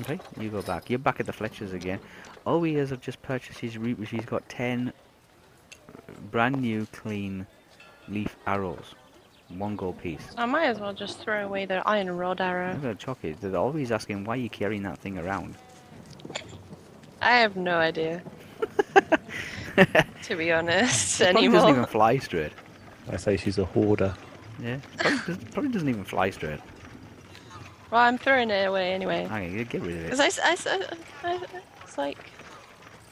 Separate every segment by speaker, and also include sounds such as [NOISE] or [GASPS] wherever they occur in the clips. Speaker 1: Okay, you go back. You're back at the Fletchers again. Oh, he has have just purchased his root, which he's got 10 brand new clean leaf arrows. One gold piece.
Speaker 2: I might as well just throw away the iron rod
Speaker 1: I'm
Speaker 2: arrow.
Speaker 1: gonna chuck it. They're always asking why you're carrying that thing around.
Speaker 2: I have no
Speaker 1: [LAUGHS]
Speaker 2: idea, to be honest,
Speaker 1: Probably doesn't even
Speaker 2: anymore.
Speaker 1: fly
Speaker 2: [LAUGHS]
Speaker 1: straight.
Speaker 3: I say she's a hoarder.
Speaker 1: Yeah, probably, does, probably doesn't even fly straight.
Speaker 2: Well, I'm throwing it away anyway.
Speaker 1: Hang on, get rid of it.
Speaker 2: Because I, s- I s- I- I- it's like,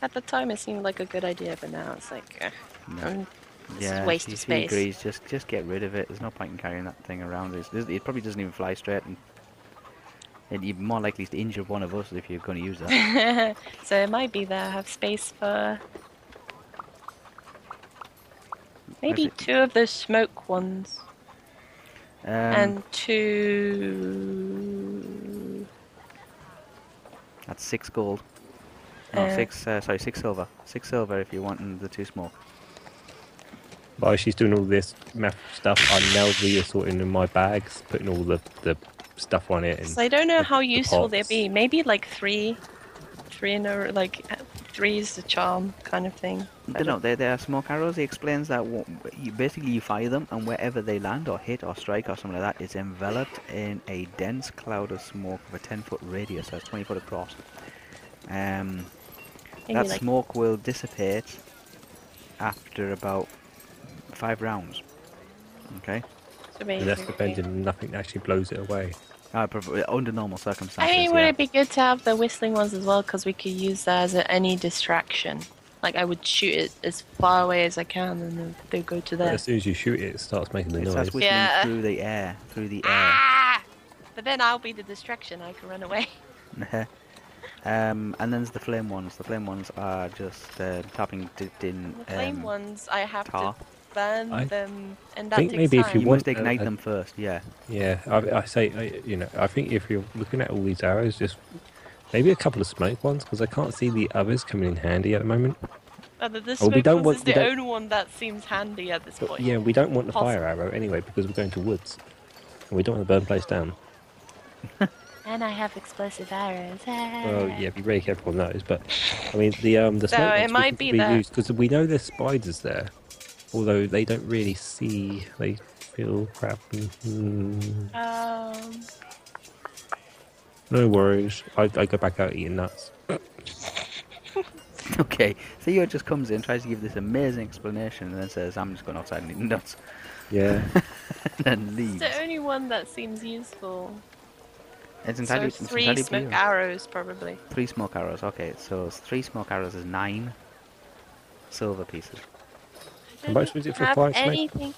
Speaker 2: at the time it seemed like a good idea, but now it's like, eh,
Speaker 1: No.
Speaker 2: I'm- this
Speaker 1: yeah,
Speaker 2: is waste
Speaker 1: she,
Speaker 2: of
Speaker 1: she
Speaker 2: space.
Speaker 1: agrees. Just, just get rid of it. There's no point in carrying that thing around. It's, it's- it probably doesn't even fly straight, and, and you're more likely to injure one of us if you're going to use that.
Speaker 2: [LAUGHS] so it might be that I have space for maybe
Speaker 1: it-
Speaker 2: two of those smoke ones
Speaker 1: Um,
Speaker 2: [LAUGHS] and two.
Speaker 1: that's six gold. No,
Speaker 2: Uh,
Speaker 1: six. Uh, sorry, six silver. Six silver if you want and the two small.
Speaker 3: While she's doing all this math stuff, I'm now reassorting in my bags, putting all the, the stuff on it. And
Speaker 2: Because I don't know
Speaker 3: the-
Speaker 2: how
Speaker 3: the
Speaker 2: useful they'd
Speaker 3: pots.
Speaker 2: be. Maybe like three, three in a r- like uh, three is the charm kind of thing. I
Speaker 1: No, no, they they are smoke arrows. He explains that wha- you, basically you fire them, and wherever they land or hit or strike or something like that, it's enveloped in a dense cloud of smoke of a 10 foot radius, so it's 20 foot across. Um,
Speaker 2: Maybe
Speaker 1: that
Speaker 2: like
Speaker 1: smoke will dissipate after about five rounds. Okay?
Speaker 2: so maybe
Speaker 3: that's
Speaker 2: three.
Speaker 3: depending, nothing actually blows it away.
Speaker 1: Uh, prov- under normal
Speaker 2: I
Speaker 1: circumstances.
Speaker 2: mean, would
Speaker 1: yeah.
Speaker 2: it be good to have the whistling ones as well? Because we could use that as a, any distraction. Like I would shoot it as far away as I can, and then they'll go to
Speaker 3: But
Speaker 2: there.
Speaker 3: as soon as you shoot it, it starts making the
Speaker 1: It
Speaker 3: noise.
Speaker 1: starts whistling
Speaker 2: Yeah.
Speaker 1: through the air. Through the air.
Speaker 2: Ah! But then I'll be the distraction. I can run away. [LAUGHS]
Speaker 1: um, and then there's the flame ones. The flame ones are just uh, tapping dipped in.
Speaker 2: The flame
Speaker 1: um,
Speaker 2: ones, I have
Speaker 1: tar.
Speaker 2: to burn
Speaker 3: I
Speaker 2: them, and that
Speaker 3: think
Speaker 2: takes
Speaker 3: maybe if
Speaker 2: time.
Speaker 1: You
Speaker 3: You
Speaker 1: must
Speaker 3: want, uh,
Speaker 1: ignite
Speaker 3: uh,
Speaker 1: them first, yeah. [LAUGHS]
Speaker 3: Yeah, I, I say, I, you know, I think if you're looking at all these arrows, just maybe a couple of smoke ones, because I can't see the others coming in handy at the moment.
Speaker 2: Uh, the the
Speaker 3: Oh, we
Speaker 2: smoke
Speaker 3: don't
Speaker 2: ones
Speaker 3: want-
Speaker 2: is
Speaker 3: we
Speaker 2: the
Speaker 3: don't-
Speaker 2: only one that seems handy at this
Speaker 3: But
Speaker 2: point.
Speaker 3: yeah, we don't want the
Speaker 2: Possible.
Speaker 3: fire arrow anyway, because we're going to woods. And we don't want to burn place down.
Speaker 2: And I have explosive arrows.
Speaker 3: Well, Oh, yeah, be very careful on those. But I mean, the um, the
Speaker 2: So
Speaker 3: smoke
Speaker 2: it
Speaker 3: ones we
Speaker 2: might
Speaker 3: could
Speaker 2: be that-
Speaker 3: used because we know there's spiders there, although they don't really see. They feel crap. Mhm.
Speaker 2: Um,
Speaker 3: No worries. I, I go back out eating nuts.
Speaker 1: Okay, Theo just comes in, tries to give this amazing explanation, and then says, I'm just going outside and eating nuts, [LAUGHS]
Speaker 3: Yeah.
Speaker 1: and then
Speaker 2: it's
Speaker 1: leaves.
Speaker 2: the only one that seems useful.
Speaker 1: It's
Speaker 2: So
Speaker 1: entirely, it's
Speaker 2: three
Speaker 1: entirely
Speaker 2: smoke
Speaker 1: blue.
Speaker 2: arrows, probably.
Speaker 1: Three smoke arrows, okay, so it's three smoke arrows is nine silver pieces. [LAUGHS]
Speaker 3: How much was it for five snake?
Speaker 2: anything.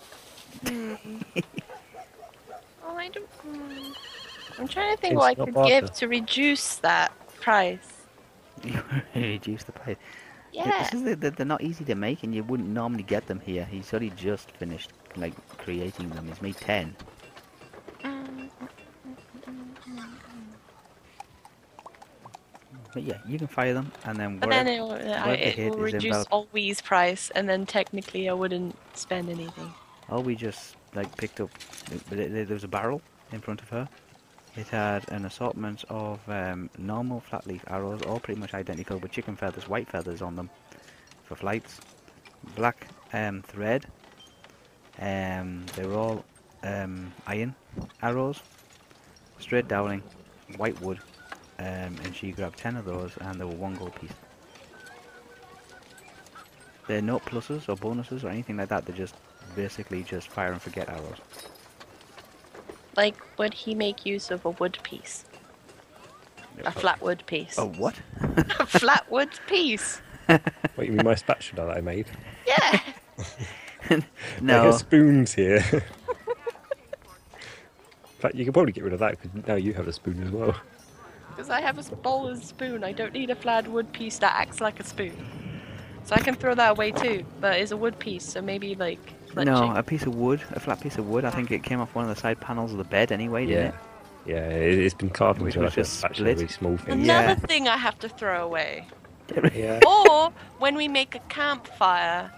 Speaker 2: Hmm. well, I don't. hmm. I'm trying to think what I
Speaker 3: It's not
Speaker 2: could
Speaker 3: barter.
Speaker 2: give to reduce that price.
Speaker 1: You reduce the price. Th-
Speaker 2: Yeah.
Speaker 1: This is the, the, they're not easy to make, and you wouldn't normally get them here. He's only just finished like creating them. He's made ten.
Speaker 2: Um,
Speaker 1: But yeah, you can fire them, and then
Speaker 2: But
Speaker 1: whatever.
Speaker 2: then it will, I,
Speaker 1: what they
Speaker 2: it
Speaker 1: hit
Speaker 2: will
Speaker 1: is
Speaker 2: reduce
Speaker 1: about-
Speaker 2: always price, and then technically I wouldn't spend anything.
Speaker 1: Oh, we just like picked up. th- th- th- There was a barrel in front of her. It had an assortment of um, normal flat leaf arrows, all pretty much identical, with chicken feathers, white feathers on them for flights. Black um, thread. Um, they were all um, iron arrows, straight doweling, white wood, um, and she grabbed ten of those, and they were one gold piece. They're not pluses or bonuses or anything like that. They're just basically just fire and forget arrows.
Speaker 2: Like, would he make use of a wood piece? A flat wood piece.
Speaker 1: Oh what?
Speaker 2: a flat wood piece.
Speaker 3: What you mean my spatula that I made?
Speaker 2: Yeah.
Speaker 3: I have
Speaker 1: No.
Speaker 3: spoons here. [LAUGHS] In fact, you can probably get rid of that because now you have a spoon as well.
Speaker 2: Because I have a s- bowl and spoon. I don't need a flat wood piece that acts like a spoon. So I can throw that away too. But it's a wood piece, so maybe like.
Speaker 1: No, a piece of wood, a flat piece of wood. I think it came off one of the side panels of the bed anyway, didn't it?
Speaker 3: Yeah, it, it's been carved
Speaker 1: Which
Speaker 3: into
Speaker 1: was
Speaker 3: like a
Speaker 1: just
Speaker 3: spatula,
Speaker 1: split. [LAUGHS]
Speaker 3: really small
Speaker 2: Another
Speaker 3: thing.
Speaker 1: Yeah.
Speaker 2: thing I have to throw away.
Speaker 3: Yeah.
Speaker 2: or when we make a campfire,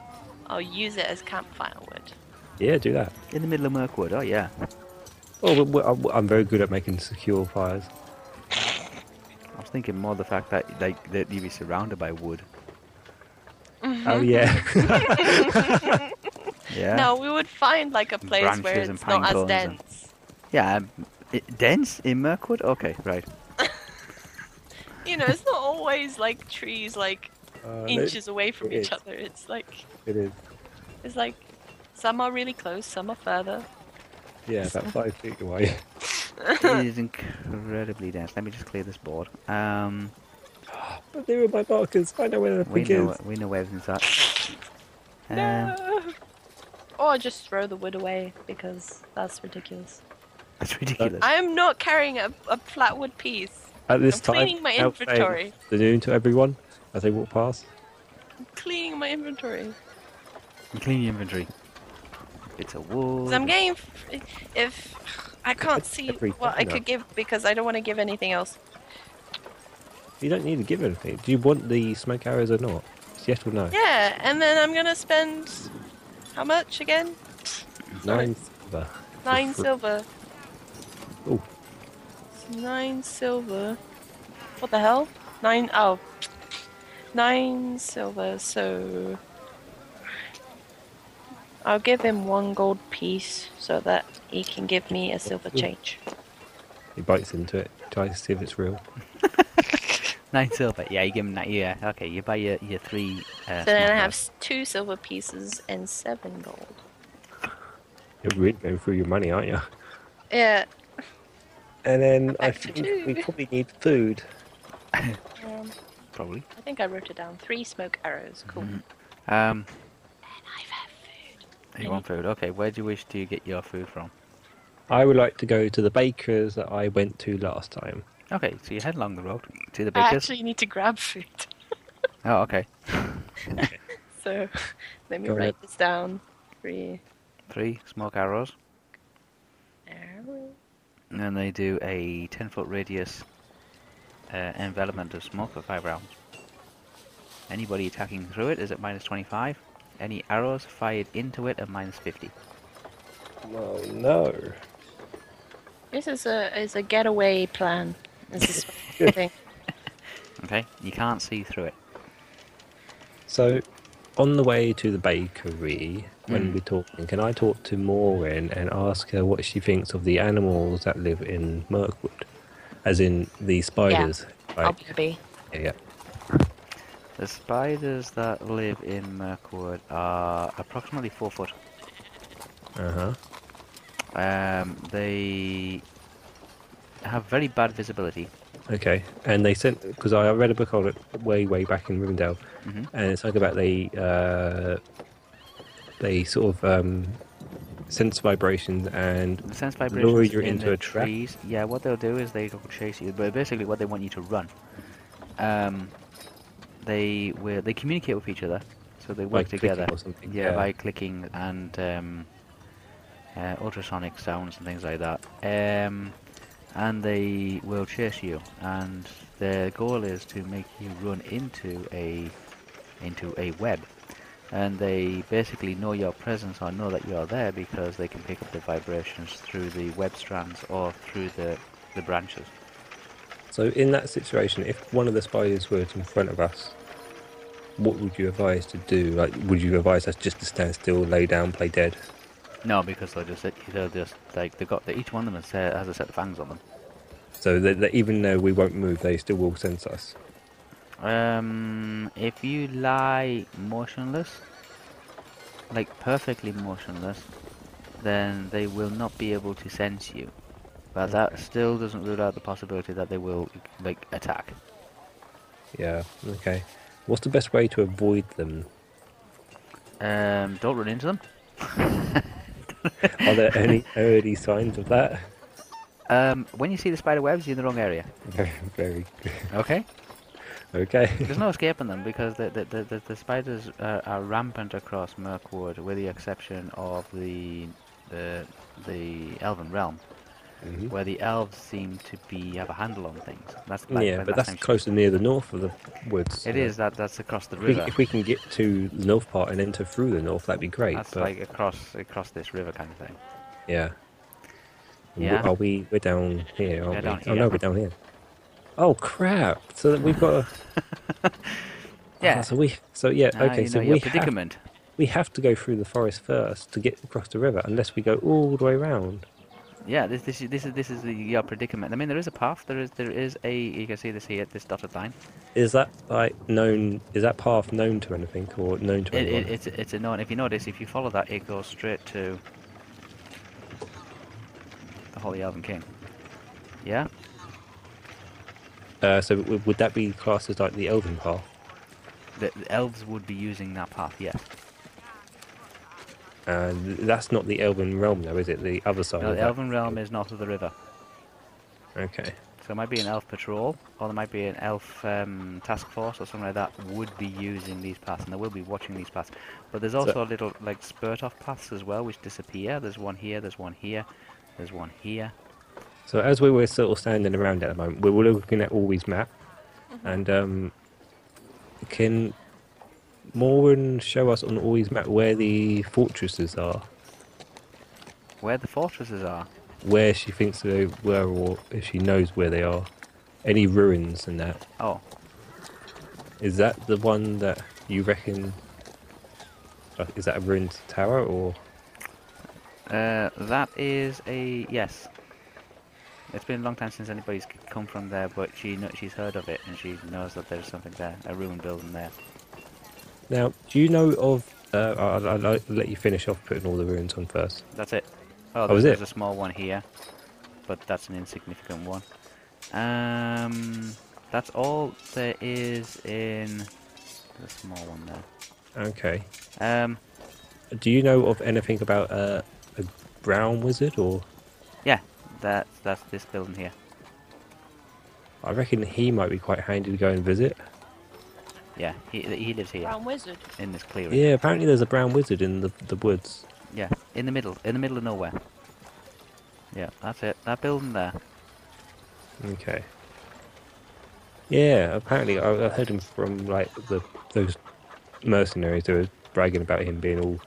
Speaker 2: I'll use it as campfire wood.
Speaker 3: Yeah, do that.
Speaker 1: In the middle of Mirkwood. Oh yeah.
Speaker 3: Oh, but- but I'm- I'm very good at making secure fires.
Speaker 1: I was thinking more the fact that like that you'd be surrounded by wood. [LAUGHS]
Speaker 2: Mm-hmm.
Speaker 3: Oh yeah.
Speaker 1: Yeah.
Speaker 2: No, we would find like a place where
Speaker 1: Branches and
Speaker 2: it's not
Speaker 1: pine
Speaker 2: as
Speaker 1: cones and-
Speaker 2: dense.
Speaker 1: Yeah. Um, i dense in Mirkwood. Okay.
Speaker 2: [LAUGHS]
Speaker 1: Right.
Speaker 2: You know, it's not always like trees like
Speaker 3: Uh,
Speaker 2: [LAUGHS] inches away from
Speaker 3: it
Speaker 2: each
Speaker 3: is.
Speaker 2: other. It's like
Speaker 3: It is.
Speaker 2: it's like some are really close, some are further.
Speaker 3: Yeah, about five feet away. [LAUGHS]
Speaker 1: it is incredibly dense. Let me just clear this board. Um,
Speaker 3: But they were my markers. I know where the
Speaker 1: we
Speaker 3: pig
Speaker 1: know
Speaker 3: is.
Speaker 1: we know where everything's at. Um,
Speaker 2: no. Or just throw the wood away because that's ridiculous.
Speaker 1: That's ridiculous.
Speaker 2: I am not carrying a, a flat wood piece.
Speaker 3: At this
Speaker 2: I'm
Speaker 3: time,
Speaker 2: cleaning my
Speaker 3: out saying
Speaker 2: inventory.
Speaker 3: The noon to everyone as they walk past.
Speaker 2: I'm cleaning my inventory.
Speaker 1: I'm cleaning inventory. Bits of wood.
Speaker 2: 'Cause I'm getting f- if I can't see
Speaker 3: every
Speaker 2: what I
Speaker 3: corner.
Speaker 2: could give because I don't want to give anything else.
Speaker 3: You don't need to give anything. Do you want the smoke arrows or not? It's yes or no.
Speaker 2: Yeah, and then I'm gonna spend how much again?
Speaker 3: Nine silver.
Speaker 2: Nine
Speaker 3: fr-
Speaker 2: silver.
Speaker 3: Oh,
Speaker 2: Nine silver. What the hell? Nine oh. Nine silver, so I'll give him one gold piece so that he can give me a silver change.
Speaker 3: he bites into it. Tries to see if it's real.
Speaker 1: Nine silver. Yeah, you give him that. Yeah. Okay. You buy your your three. Uh,
Speaker 2: So then I
Speaker 1: small
Speaker 2: have
Speaker 1: guys.
Speaker 2: s- two silver pieces and seven gold.
Speaker 3: You're really going through your money, aren't you?
Speaker 2: Yeah.
Speaker 3: And then I
Speaker 2: Back to
Speaker 3: think we
Speaker 2: two.
Speaker 3: probably need food.
Speaker 2: Um,
Speaker 1: probably.
Speaker 2: I think I wrote it down. Three smoke arrows. Cool. [LAUGHS]
Speaker 1: Um, Oh,
Speaker 2: I've had food.
Speaker 1: you want food? Okay. Where do you wish to get your food from?
Speaker 3: I would like to go to the bakers that I went to last time.
Speaker 1: Okay. So you head along the road to the
Speaker 2: I
Speaker 1: bakers.
Speaker 2: Uh, actually need to grab food. [LAUGHS]
Speaker 1: Oh, okay.
Speaker 2: So [LAUGHS] let me
Speaker 3: Go
Speaker 2: write
Speaker 3: ahead.
Speaker 2: this down. Three
Speaker 1: Three smoke arrows,
Speaker 2: arrows.
Speaker 1: and then they do a ten foot radius uh, envelopment of smoke for five rounds. Anybody attacking through it is at minus twenty five. Any arrows fired into it are minus fifty.
Speaker 3: Oh no.
Speaker 2: This is a is a getaway plan. This is
Speaker 3: [LAUGHS]
Speaker 2: what I think.
Speaker 1: Okay. You can't see through it.
Speaker 3: So, on the way to the bakery, when we're talking, can I talk to Maureen and ask her what she thinks of the animals that live in Mirkwood? As in the spiders.
Speaker 2: I'll
Speaker 3: Like,
Speaker 2: be a bee.
Speaker 3: yeah, yeah.
Speaker 1: The spiders that live in Mirkwood are approximately four foot.
Speaker 3: Uh huh.
Speaker 1: Um, they have very bad visibility.
Speaker 3: Okay. And they sent, because I read a book on it way, way back in Rivendell,
Speaker 1: Mhm.
Speaker 3: and it's like about they, uh, they sort of um, sense vibrations and
Speaker 1: The sense vibrations
Speaker 3: Lure you
Speaker 1: in
Speaker 3: into
Speaker 1: the
Speaker 3: a trap.
Speaker 1: trees. Yeah, what they'll do is they will chase you, but basically what they want you to run.
Speaker 3: Mm-hmm.
Speaker 1: Um, they will. They communicate with each other, so they work
Speaker 3: Like clicking
Speaker 1: together.
Speaker 3: or something,
Speaker 1: Yeah,
Speaker 3: yeah.
Speaker 1: by clicking and um, uh, ultrasonic sounds and things like that. Um, and they will chase you, and their goal is to make you run into a into a web. And they basically know your presence or know that you're there because they can pick up the vibrations through the web strands or through the, the branches.
Speaker 3: So, in that situation, if one of the spiders were in front of us, what would you advise to do? Like, would you advise us just to stand still, lay down, play dead?
Speaker 1: No, because they'll just they'll just like they got each one of them has, uh, has a set of fangs on them.
Speaker 3: So that, that even though we won't move, they still will sense us.
Speaker 1: Um, if you lie motionless, like perfectly motionless, then they will not be able to sense you. But that still doesn't rule out the possibility that they will like attack.
Speaker 3: Yeah. Okay. What's the best way to avoid them?
Speaker 1: Um, don't run into them. [LAUGHS]
Speaker 3: Are there any early signs of that?
Speaker 1: Um, when you see the spider webs, you're in the wrong area.
Speaker 3: Very, very good.
Speaker 1: Okay. [LAUGHS]
Speaker 3: Okay.
Speaker 1: There's no escaping them because the the, the, the, the spiders are, are rampant across Mirkwood, with the exception of the the the Elven realm.
Speaker 3: Mhm.
Speaker 1: where the elves seem to be have a handle on things. That's like
Speaker 3: [LAUGHS] yeah,
Speaker 1: when
Speaker 3: but
Speaker 1: last
Speaker 3: that's
Speaker 1: time she-
Speaker 3: closer near the north of the woods.
Speaker 1: It
Speaker 3: so
Speaker 1: is that that's across the
Speaker 3: If we,
Speaker 1: river.
Speaker 3: if we can get to the north part and enter through the north, that'd be great.
Speaker 1: that's
Speaker 3: but Ah,
Speaker 1: like across across this river kind of thing.
Speaker 3: yeah. W-
Speaker 1: Yeah.
Speaker 3: Are we? We're down here, aren't
Speaker 1: We're down
Speaker 3: we? Oh no,
Speaker 1: here.
Speaker 3: we're down here. Oh crap! So that we've got. A...
Speaker 1: Yeah.
Speaker 3: Ah, so we. So yeah.
Speaker 1: Now
Speaker 3: okay.
Speaker 1: you
Speaker 3: so
Speaker 1: know
Speaker 3: we
Speaker 1: your
Speaker 3: have,
Speaker 1: predicament.
Speaker 3: we have to go through the forest first to get across the river, unless we go all the way round.
Speaker 1: Yeah, this this is this is this is the, your predicament. I mean, there is a path. There is there is a you can see this here this dotted line.
Speaker 3: Is that like known? Is that path known to anything or known to
Speaker 1: It,
Speaker 3: anyone?
Speaker 1: it, it's it's a known. If you notice, if you follow that, it goes straight to the Holy Elven King. Yeah,
Speaker 3: Uh, so w- would that be classed as like the Elven path?
Speaker 1: the, the elves would be using that path. Yes,
Speaker 3: Uh, th- that's not the Elven realm, though, is it? The other side.
Speaker 1: no,
Speaker 3: of
Speaker 1: the
Speaker 3: that-
Speaker 1: Elven realm is north of the river,
Speaker 3: Okay.
Speaker 1: so it might be an elf patrol, or there might be an elf um, task force or something like that. Would be using these paths, and they will be watching these paths. But there's also little like spurt off paths as well, which disappear. There's one here. There's one here. There's one here.
Speaker 3: So as we were sort of standing around at the moment, we were looking at all these maps, and um, can Morin show us on all these maps where the fortresses are,
Speaker 1: Where the fortresses are.
Speaker 3: where she thinks they were, or if she knows where they are, any ruins and that.
Speaker 1: Oh,
Speaker 3: Is that the one that you reckon? Like, is that a ruined tower or?
Speaker 1: Uh, that is a yes. It's been a long time since anybody's c- come from there, but she kno- she's heard of it and she knows that there's something there, a ruined building there.
Speaker 3: Now, do you know of? Uh, I'll, I'll- I'll let you finish off putting all the ruins on first.
Speaker 1: That's it. Oh,
Speaker 3: That was
Speaker 1: there's, there's
Speaker 3: it?
Speaker 1: a small one here, but that's an insignificant one. Um, that's all there is in the small one
Speaker 3: Okay.
Speaker 1: there. Um,
Speaker 3: Do you know of anything about uh, a brown wizard, or
Speaker 1: yeah, that that's this building here.
Speaker 3: I reckon he might be quite handy to go and visit.
Speaker 1: Yeah, he he lives here
Speaker 2: Brown wizard.
Speaker 1: in this clearing.
Speaker 3: Yeah, apparently there's a brown wizard in the the woods.
Speaker 1: Yeah, in the middle, in the middle of nowhere. Yeah, that's it. That building there.
Speaker 3: Okay. Yeah, apparently I, I heard him from like the those mercenaries who were bragging about him being all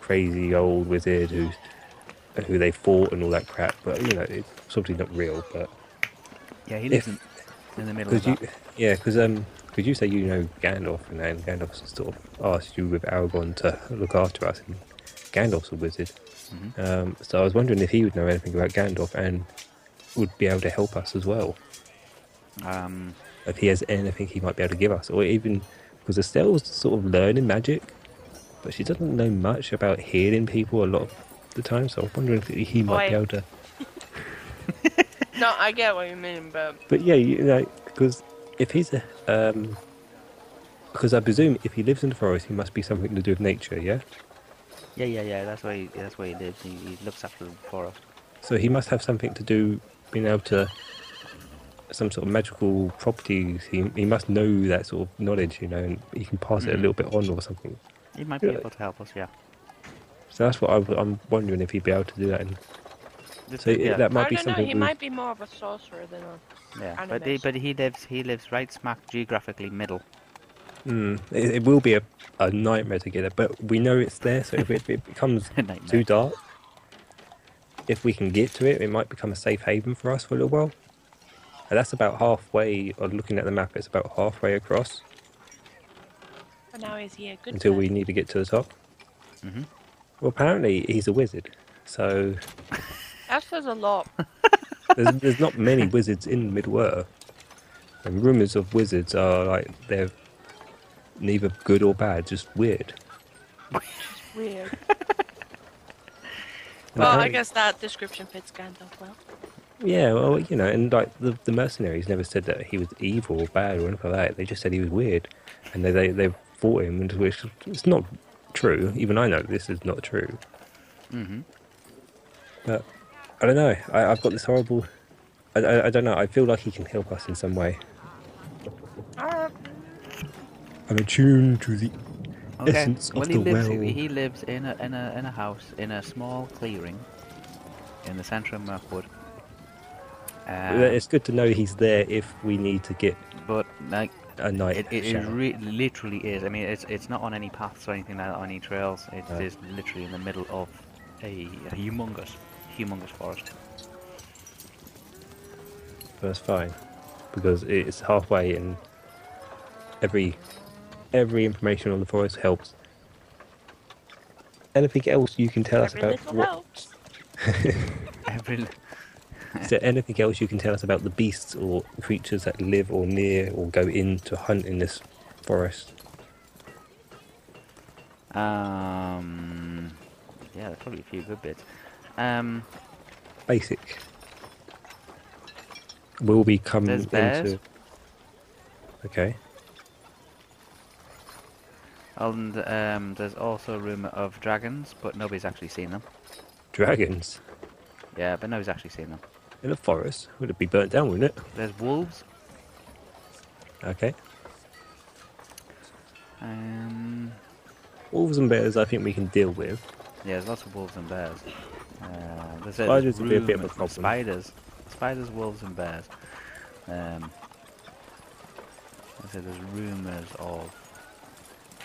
Speaker 3: crazy old wizard who who they fought and all that crap. But you know, it's probably not real. But
Speaker 1: Yeah, he
Speaker 3: If-
Speaker 1: lives in, in the middle of
Speaker 3: Because you,
Speaker 1: that.
Speaker 3: yeah, because um, because you say you know Gandalf, and then Gandalf sort of asked you with Aragorn to look after us, and Gandalf's a wizard.
Speaker 1: Mhm.
Speaker 3: Um, so I was wondering if he would know anything about Gandalf and would be able to help us as well.
Speaker 1: Um,
Speaker 3: If he has anything he might be able to give us, or even because Estelle's sort of learning magic, but she doesn't know much about healing people a lot of the time. So I was wondering if he might be
Speaker 2: Oi.
Speaker 3: able to.
Speaker 2: No, I get what you mean, but
Speaker 3: But yeah, you know, because if he's a, um, because I presume if he lives in the forest, he must be something to do with nature, yeah.
Speaker 1: yeah, yeah, yeah. That's where he, that's where he lives. He, he looks after the forest.
Speaker 3: So he must have something to do, being able to some sort of magical properties. He he must know that sort of knowledge, you know, and he can pass it a
Speaker 1: Mhm.
Speaker 2: Mm-hmm.
Speaker 3: little bit on or something.
Speaker 1: He might be
Speaker 3: Yeah.
Speaker 1: able to help us. Yeah.
Speaker 3: So that's what I, am wondering if he'd be able to do that. And
Speaker 1: This-
Speaker 3: so
Speaker 1: yeah.
Speaker 3: that might
Speaker 2: I
Speaker 3: be
Speaker 2: don't know.
Speaker 3: something.
Speaker 2: He
Speaker 3: we-
Speaker 2: might be more of a sorcerer than a.
Speaker 1: yeah. But he,
Speaker 2: animus.
Speaker 1: but he lives he lives right smack geographically middle.
Speaker 3: Hmm, it, it will be a, a nightmare to get it, but we know it's there. So if it, it becomes
Speaker 1: [LAUGHS] A nightmare.
Speaker 3: too dark. If we can get to it, it might become a safe haven for us for a little while. And that's about halfway, or looking at the map, it's about halfway across
Speaker 2: But now he's here. Good.
Speaker 3: until
Speaker 2: man.
Speaker 3: we need to get to the top.
Speaker 1: Mhm.
Speaker 3: Well, apparently he's a wizard, so
Speaker 2: That says a lot.
Speaker 1: [LAUGHS]
Speaker 3: there's, there's not many wizards in Middle Earth. And rumours of wizards are like they're neither good or bad, just weird.
Speaker 2: Weird.
Speaker 3: And
Speaker 2: Well, I
Speaker 3: apparently-
Speaker 2: guess that description fits Gandalf well.
Speaker 3: Yeah, well, you know, and like the, the mercenaries never said that he was evil or bad or anything like that. They just said he was weird, and they they, they fought him, and which it's not true. Even I know this is not true.
Speaker 1: Mhm.
Speaker 3: But I don't know. I, I've got this horrible. I, I, I don't know. I feel like he can help us in some way.
Speaker 2: Uh,
Speaker 3: I'm attuned to the.
Speaker 1: Okay.
Speaker 3: Essence of
Speaker 1: well, he
Speaker 3: the
Speaker 1: lives
Speaker 3: well.
Speaker 1: he lives in a in a in a house in a small clearing in the centre of Mirkwood. Um,
Speaker 3: It's good to know he's there if we need to get
Speaker 1: but like
Speaker 3: a night.
Speaker 1: It, it, it
Speaker 3: shower.
Speaker 1: re- literally is. I mean, it's it's not on any paths or anything like that, or any trails. It is
Speaker 3: Right.
Speaker 1: literally in the middle of a, a humongous, humongous forest.
Speaker 3: That's fine. because it's halfway and every every information on the forest helps. Anything else you can tell
Speaker 2: Every
Speaker 3: us about?
Speaker 2: little
Speaker 3: what-
Speaker 2: helps.
Speaker 1: [LAUGHS] Every li-
Speaker 3: Is there anything else you can tell us about the beasts or creatures that live or near or go in to hunt in this forest?
Speaker 1: um, yeah, there's probably a few good bits. Um,
Speaker 3: Basic. Will we come
Speaker 1: There's bears.
Speaker 3: into? Okay.
Speaker 1: and um, there's also rumour of dragons, but nobody's actually seen them.
Speaker 3: Dragons
Speaker 1: Yeah, but nobody's actually seen them.
Speaker 3: in a forest would it be burnt down, wouldn't it?
Speaker 1: There's wolves.
Speaker 3: Okay.
Speaker 1: Um,
Speaker 3: Wolves and bears, I think we can deal with.
Speaker 1: yeah, there's lots of wolves and bears. Uh, there's,
Speaker 3: Spiders
Speaker 1: there's
Speaker 3: would be a bit of a
Speaker 1: rumours
Speaker 3: problem.
Speaker 1: Spiders, spiders, wolves, and bears. Um, I said there's rumours of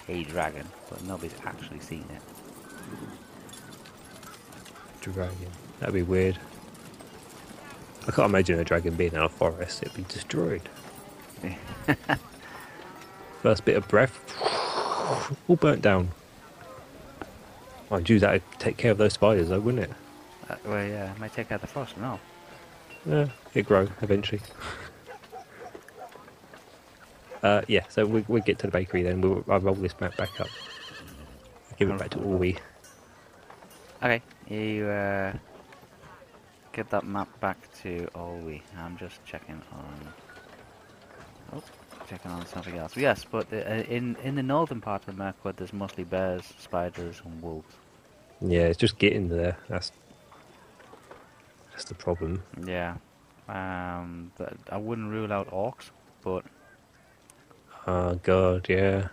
Speaker 1: a dragon, but nobody's actually seen it. [LAUGHS]
Speaker 3: Dragon. That'd be weird. I can't imagine a dragon being in a forest. It'd be destroyed. First bit of breath, [SIGHS] all burnt down. Mind you, that'd take care of those spiders, though, wouldn't it?
Speaker 1: Uh, well, yeah, it might take out the frost now.
Speaker 3: Yeah, it'd grow eventually. [LAUGHS] uh, yeah, so we, we'll get to the bakery then. We'll, I'll roll this map back up. Give it back to Orwee.
Speaker 1: Okay, you uh, give that map back to Olwe. I'm just checking on. Oh, checking on something else. Yes, but the, uh, in in the northern part of Mirkwood, there's mostly bears, spiders, and wolves.
Speaker 3: Yeah, it's just getting there. That's that's the problem.
Speaker 1: Yeah, um, th I wouldn't rule out orcs, but
Speaker 3: Oh god, yeah.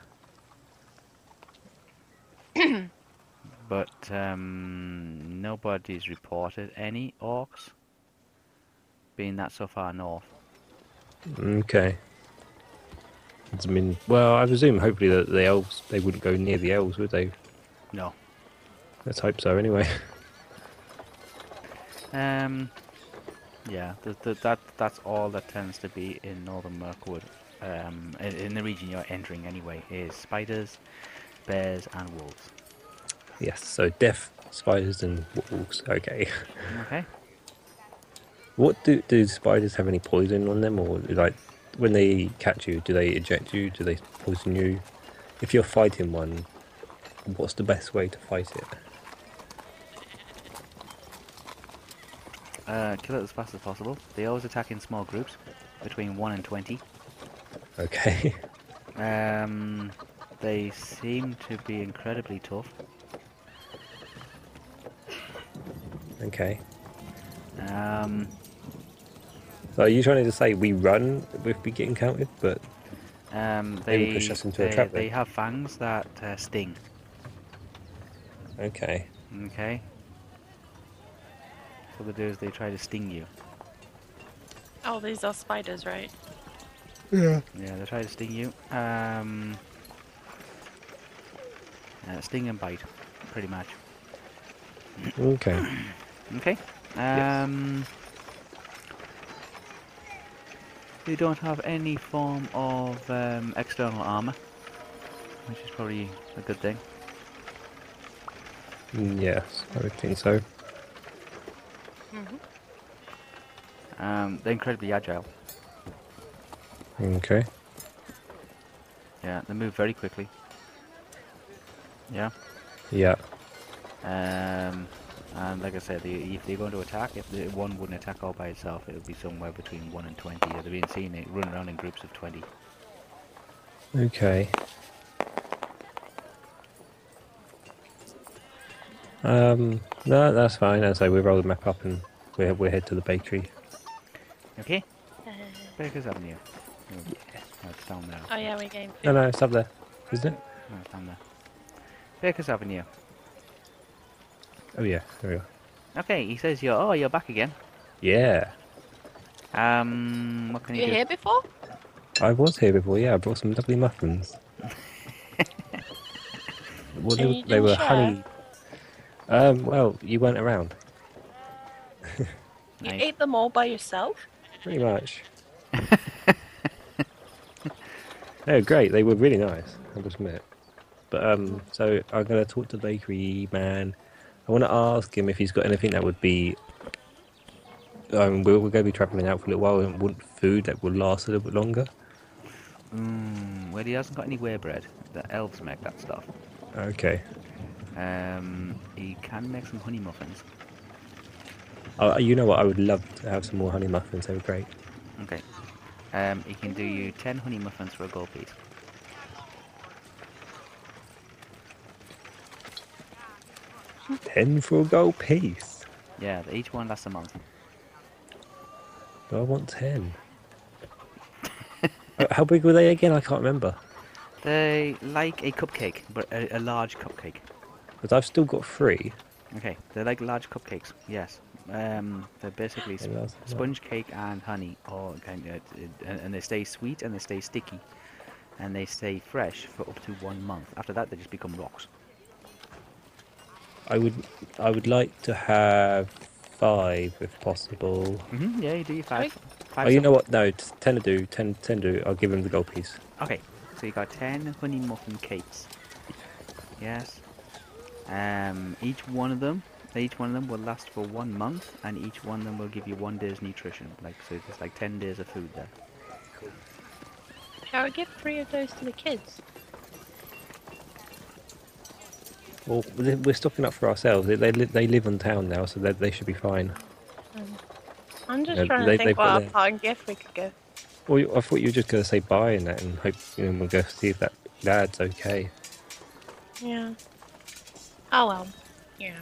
Speaker 1: but um, nobody's reported any orcs being that so far north.
Speaker 3: Okay. It's been, well, I presume hopefully that the elves they wouldn't go near the elves, would they?
Speaker 1: No.
Speaker 3: Let's hope so. Anyway, [LAUGHS]
Speaker 1: Um, yeah, th th that that's all that tends to be in northern Mirkwood, um, in, in the region you're entering anyway, is spiders, bears, and wolves.
Speaker 3: yes. So death, spiders, and wolves. Okay.
Speaker 1: Okay.
Speaker 3: What do do spiders have any poison on them, or like when they catch you, do they eject you? Do they poison you? If you're fighting one, what's the best way to fight it?
Speaker 1: Uh, kill it as fast as possible. They always attack in small groups, between one and twenty.
Speaker 3: Okay. [LAUGHS]
Speaker 1: Um, they seem to be incredibly tough.
Speaker 3: okay.
Speaker 1: Um,
Speaker 3: So are you trying to say we run if we get encountered? But
Speaker 1: um,
Speaker 3: Maybe
Speaker 1: they
Speaker 3: push us into a
Speaker 1: they,
Speaker 3: trap then.
Speaker 1: they have fangs that uh, sting.
Speaker 3: okay.
Speaker 1: Okay. So what they do is they try to sting you.
Speaker 2: Oh, these are spiders, right? [LAUGHS]
Speaker 1: Yeah, they try to sting you. Um, uh, sting and bite, pretty much.
Speaker 3: Okay.
Speaker 1: Okay. Um, You don't have any form of um, external armor, which is probably a good thing.
Speaker 3: mm, Yes, I would think so.
Speaker 2: Mm-hmm.
Speaker 1: Um, they're incredibly agile.
Speaker 3: Okay.
Speaker 1: Yeah, they move very quickly. Yeah.
Speaker 3: Yeah.
Speaker 1: Um, and like I said, they, if they're going to attack, if the one wouldn't attack all by itself, it would be somewhere between 1 and 20. They're being seen it run around in groups of 20.
Speaker 3: Okay. Um. No, that's fine. As I say, we roll the map up and we we head to the bakery.
Speaker 1: Okay? Baker's Avenue. Oh, no, it's down there.
Speaker 2: Oh yeah, we gain
Speaker 3: No,
Speaker 2: food.
Speaker 3: no, it's up there, isn't it?
Speaker 1: No, it's down there. Baker's Avenue.
Speaker 3: Oh yeah, there we are.
Speaker 1: Okay, he says you're. Oh, you're back again.
Speaker 3: Yeah,
Speaker 1: Um, what can
Speaker 2: You
Speaker 1: you
Speaker 2: here
Speaker 1: do?
Speaker 2: before?
Speaker 3: I was here before. Yeah, I brought some lovely muffins. well,
Speaker 2: And
Speaker 3: they,
Speaker 2: you
Speaker 3: they
Speaker 2: didn't
Speaker 3: were
Speaker 2: share?
Speaker 3: honey. Um. Well, you weren't around.
Speaker 2: You
Speaker 1: Nice.
Speaker 2: ate them all by yourself?
Speaker 3: Pretty much. They were great. They were really nice. I'll admit. But um, so I'm gonna talk to the bakery man. I want to ask him if he's got anything that would be. Um, we're, we're gonna be traveling out for a little while and want food that will last a little bit longer.
Speaker 1: Mm, well, he hasn't got any whey bread. The elves make that stuff.
Speaker 3: Okay.
Speaker 1: Um, he can make some honey muffins.
Speaker 3: Uh, you know what? I would love to have some more honey muffins. They were great.
Speaker 1: Okay. Um, he can do you ten honey muffins for a gold piece.
Speaker 3: Ten for a gold piece.
Speaker 1: Yeah, th- each one lasts a month.
Speaker 3: Do I want ten? [LAUGHS] Uh, How big were they again? I can't remember.
Speaker 1: They like a cupcake, but a, a large cupcake.
Speaker 3: Because I've still got three.
Speaker 1: Okay, they're like large cupcakes. Yes. Um, they're basically
Speaker 3: They
Speaker 1: sp-
Speaker 3: last a month.
Speaker 1: sponge cake and honey, or kind of, uh, and, and they stay sweet and they stay sticky, and they stay fresh for up to one month. After that, they just become rocks.
Speaker 3: I would. I would like to have five if possible.
Speaker 1: hmm yeah, you do your
Speaker 2: Sorry?
Speaker 1: five. five
Speaker 3: oh, you
Speaker 1: sep-
Speaker 3: know what? No, t- ten to do. Ten, ten to do. I'll give him the gold piece.
Speaker 1: Okay, so you got ten honey muffin cakes. Yes. Um, each one of them, each one of them will last for one month, and each one of them will give you one day's nutrition. Like so, there's like ten days of food there.
Speaker 2: Shall I give three of those to the kids?
Speaker 3: Well, th- we're stocking up for ourselves. They they, li- they live in town now, so they, they should be fine.
Speaker 2: I'm just
Speaker 3: Yeah,
Speaker 2: trying
Speaker 3: they-
Speaker 2: to
Speaker 3: they've
Speaker 2: think
Speaker 3: got
Speaker 2: what our
Speaker 3: their-
Speaker 2: parting gift we could give.
Speaker 3: Well, you- I thought you were just going to say bye and that, and hope you know, we'll go see if that lad's okay.
Speaker 2: Yeah. Oh well. Yeah.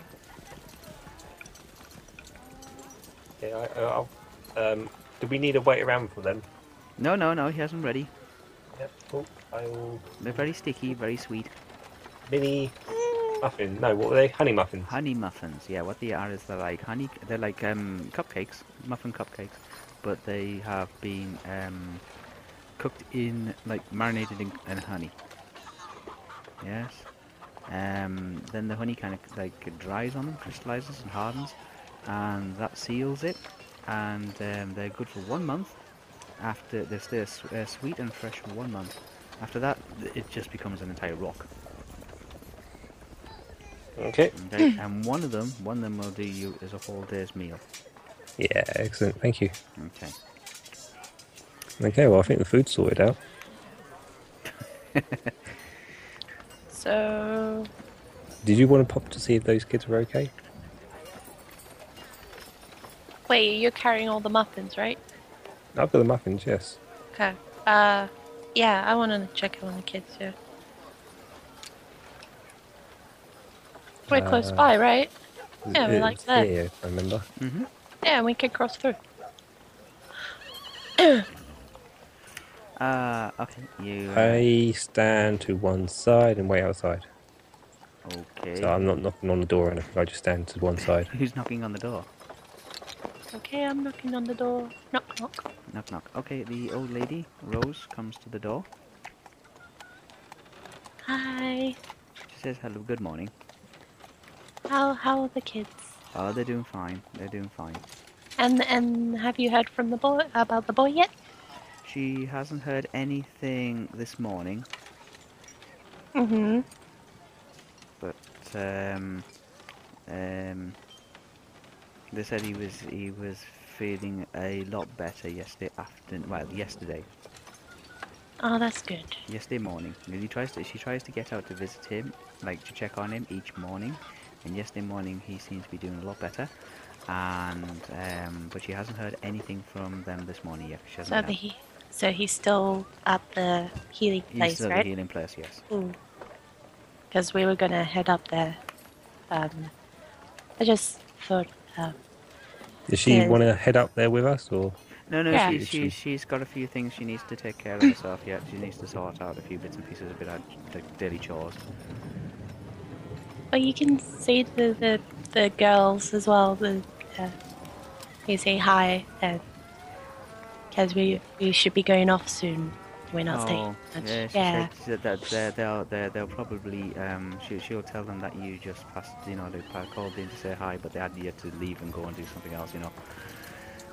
Speaker 3: Yeah, I, I'll, um, do we need to wait around for them?
Speaker 1: No, no, no, he has them ready.
Speaker 3: Yep. Cool. I will
Speaker 1: They're very sticky, very sweet.
Speaker 3: mini muffin. No, what were they? Honey muffins.
Speaker 1: Honey muffins, yeah. What they are is they're like honey. They're like um, cupcakes, muffin cupcakes, but they have been um, cooked in like marinated in, in honey. Yes. Um, then the honey kind of like dries on them, crystallizes and hardens, and that seals it. And um, they're good for one month. After they stay s- uh, sweet and fresh for one month. After that, th- it just becomes an entire rock.
Speaker 3: Okay.
Speaker 1: Okay, and one of them, one of them will do you as a whole day's meal.
Speaker 3: Yeah. Excellent. Thank you.
Speaker 1: Okay.
Speaker 3: Okay. Well, I think the food's sorted out.
Speaker 2: So
Speaker 3: Did you want to pop to see if those kids were okay?
Speaker 2: wait, you're carrying all the muffins, right?
Speaker 3: I've got the muffins. Yes.
Speaker 2: Okay. Uh, yeah, I want to check in on the kids. Yeah. We're close
Speaker 3: Uh,
Speaker 2: by, right? Yeah, we
Speaker 3: It
Speaker 2: like
Speaker 3: was
Speaker 2: that.
Speaker 3: here, if I remember.
Speaker 1: hmm
Speaker 2: Yeah, and we can cross through.
Speaker 1: Uh, okay. You. uh,
Speaker 3: I stand to one side and wait outside.
Speaker 1: uh, Okay.
Speaker 3: So I'm not knocking on the door or anything. I just stand to one side.
Speaker 1: Who's knocking on the door?
Speaker 2: Okay, I'm knocking on the door. Knock, knock.
Speaker 1: Knock, knock. Okay, the old lady, Rose, comes to the door.
Speaker 2: Hi.
Speaker 1: She says, hello, good morning.
Speaker 2: How how are the kids?
Speaker 1: Oh, they're doing fine. They're doing fine.
Speaker 2: And and have you heard from the boy about the boy yet?
Speaker 1: She hasn't heard anything this morning,
Speaker 2: Mm-hmm.
Speaker 1: but, um, um, they said he was, he was feeling a lot better yesterday afternoon, well, yesterday.
Speaker 2: Oh, that's good.
Speaker 1: yesterday morning. and He tries to, she tries to get out to visit him, like to check on him each morning. And yesterday morning he seems to be doing a lot better. And um, but she hasn't heard anything from them this morning yet. 'cause She hasn't
Speaker 2: So
Speaker 1: been out.
Speaker 2: he so he's still at the healing
Speaker 1: He's
Speaker 2: place,
Speaker 1: still at the
Speaker 2: right?
Speaker 1: healing place, yes.
Speaker 2: Because we were gonna head up there. Um, I just thought. Um,
Speaker 3: Does she
Speaker 2: Yes.
Speaker 3: want to head up there with us, or
Speaker 1: No, no,
Speaker 2: Yeah.
Speaker 1: she,
Speaker 3: Is
Speaker 1: she,
Speaker 3: she-
Speaker 1: she's got a few things she needs to take care of herself yet. She needs to sort out a few bits and pieces about her like, daily chores.
Speaker 2: Well, you can say to the, the girls as well. The, uh, you say hi, because we we should be going off soon. We're not
Speaker 1: Oh,
Speaker 2: staying. much.
Speaker 1: yeah, she
Speaker 2: yeah.
Speaker 1: said- she said that they're, they'll, they're, they'll probably, um, she, she'll tell them that you just passed, you know, they pa- called in to say hi, but they had yet to leave and go and do something else, you know.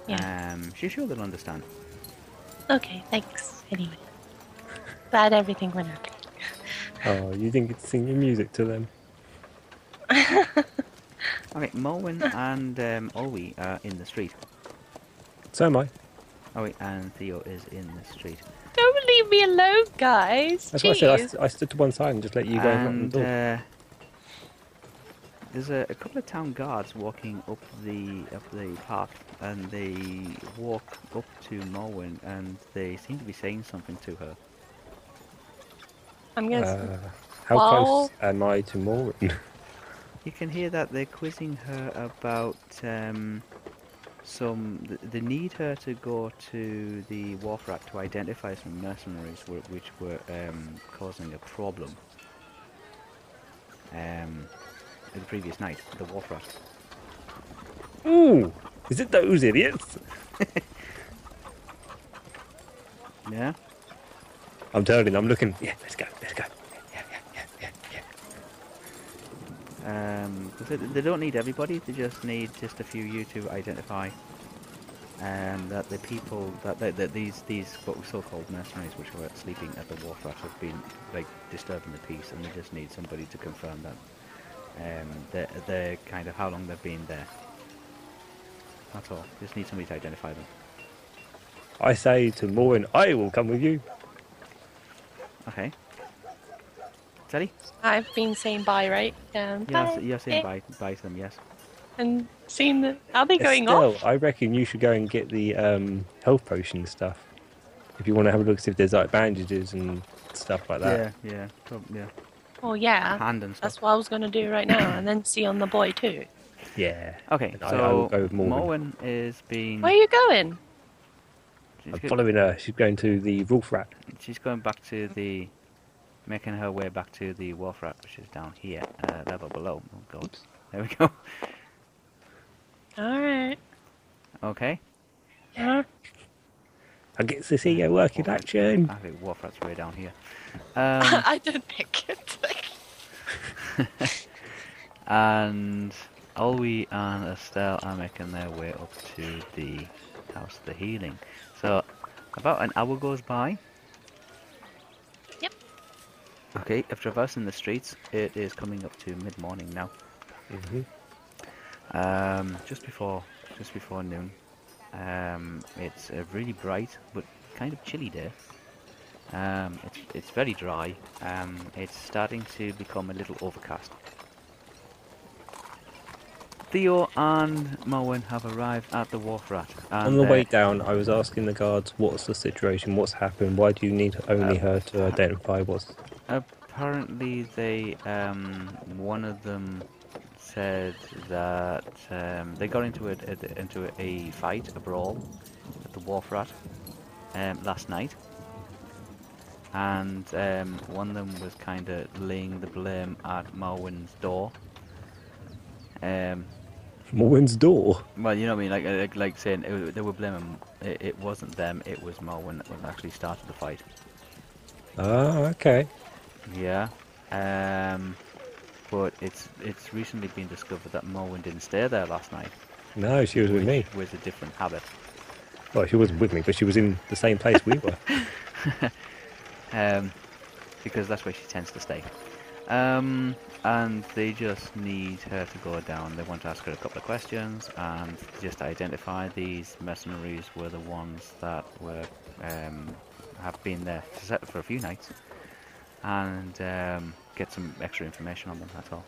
Speaker 2: Yeah.
Speaker 1: Um, she's sure they'll understand.
Speaker 2: Okay. Thanks. Anyway. That everything went up.
Speaker 3: Oh, you think it's singing music to them?
Speaker 1: Okay, Moen and um, Owie are in the street.
Speaker 3: So am I.
Speaker 1: Owie and Theo is in the street.
Speaker 2: Don't leave me alone, guys.
Speaker 3: That's why I said I,
Speaker 2: Jeez.
Speaker 3: st- I stood to one side and just let you go and knock on
Speaker 1: and
Speaker 3: the door.
Speaker 1: uh, there's a, a couple of town guards walking up the up the path, and they walk up to Moen, and they seem to be saying something to her.
Speaker 2: I'm gonna.
Speaker 3: Uh, how
Speaker 2: Well-
Speaker 3: close am I to Morin?
Speaker 1: You can hear that they're quizzing her about um, some. th- They need her to go to the Wharf Rat to identify some mercenaries wh- which were um, causing a problem um, the previous night. The Wharf Rat.
Speaker 3: [LAUGHS] Ooh, is it those idiots?
Speaker 1: Yeah.
Speaker 3: I'm turning. I'm looking. Yeah, let's go. Let's go. Yeah, yeah, yeah, yeah, yeah.
Speaker 1: Um, they, they don't need everybody. They just need just a few you to identify. Um, that the people that, that, that these these what so-called mercenaries which were sleeping at the wharf rat have been like disturbing the peace, and they just need somebody to confirm that. Um, they're, they're kind of how long they've been there. That's all. Just need somebody to identify them.
Speaker 3: I say to Morin, I will come with you.
Speaker 1: Okay. Teddy,
Speaker 2: I've been saying bye, right? Um,
Speaker 1: you're,
Speaker 2: bye.
Speaker 1: s- you're saying bye, bye to them, yes.
Speaker 2: And seeing that are they going
Speaker 3: Estelle,
Speaker 2: off?
Speaker 3: I reckon you should go and get the um, health potion stuff. If you want to have a look, see if there's like bandages and stuff like that.
Speaker 1: Yeah, yeah, prob- yeah.
Speaker 2: Oh yeah,
Speaker 1: Hand and stuff.
Speaker 2: that's what I was gonna do right now, and then see on the boy too.
Speaker 3: Yeah.
Speaker 1: Okay,
Speaker 3: And I- I will
Speaker 1: so
Speaker 3: go with Morwen.
Speaker 1: Morwen is being.
Speaker 2: Where are you going?
Speaker 1: she's
Speaker 3: I'm
Speaker 1: go-
Speaker 3: following her. She's going to the wolf rat.
Speaker 1: She's going back to the, making her way back to the wharf rat, which is down here, uh, level below. Oh god, there we go. [LAUGHS]
Speaker 2: All right.
Speaker 1: Okay,
Speaker 2: Uh,
Speaker 3: I get to see her work in action.
Speaker 1: I think wharf rat's way down here.
Speaker 2: [LAUGHS]
Speaker 1: Um,
Speaker 2: [LAUGHS] I didn't pick it. [LAUGHS]
Speaker 1: and Olwe and Estelle are making their way up to the house of the healing. So about an hour goes by.
Speaker 2: Yep.
Speaker 1: Okay, after traversing the streets, it is coming up to mid-morning now.
Speaker 3: Mm-hmm.
Speaker 1: Um, just before, just before noon. Um, it's a really bright but kind of chilly day. Um, it's it's very dry. Um, it's starting to become a little overcast. Theo and Moen have arrived at the Wharf Rat. And
Speaker 3: On the
Speaker 1: uh,
Speaker 3: way down, I was asking the guards, "What's the situation? What's happened? Why do you need only
Speaker 1: Uh,
Speaker 3: her to identify what's?"
Speaker 1: Apparently, they um, one of them said that um, they got into a, a into a fight, a brawl, at the Wharf Rat um, last night, and um, one of them was kind of laying the blame at Marwin's door. Um,
Speaker 3: Morwen's door.
Speaker 1: well, you know what I mean, like like, like saying it, wa- they were blaming it, it wasn't them, it was Marwin that actually started the fight.
Speaker 3: Ah, okay.
Speaker 1: Yeah. Um, but it's it's recently been discovered that Morwen didn't stay there last night.
Speaker 3: No, she was with me.
Speaker 1: which was a different habit.
Speaker 3: Well, she wasn't with me, but she was in the same place
Speaker 1: [LAUGHS]
Speaker 3: we were.
Speaker 1: Um, because that's where she tends to stay. Um, and they just need her to go down. They want to ask her a couple of questions and just identify these mercenaries were the ones that were um, have been there to set for a few nights, and um, get some extra information on them. That's all.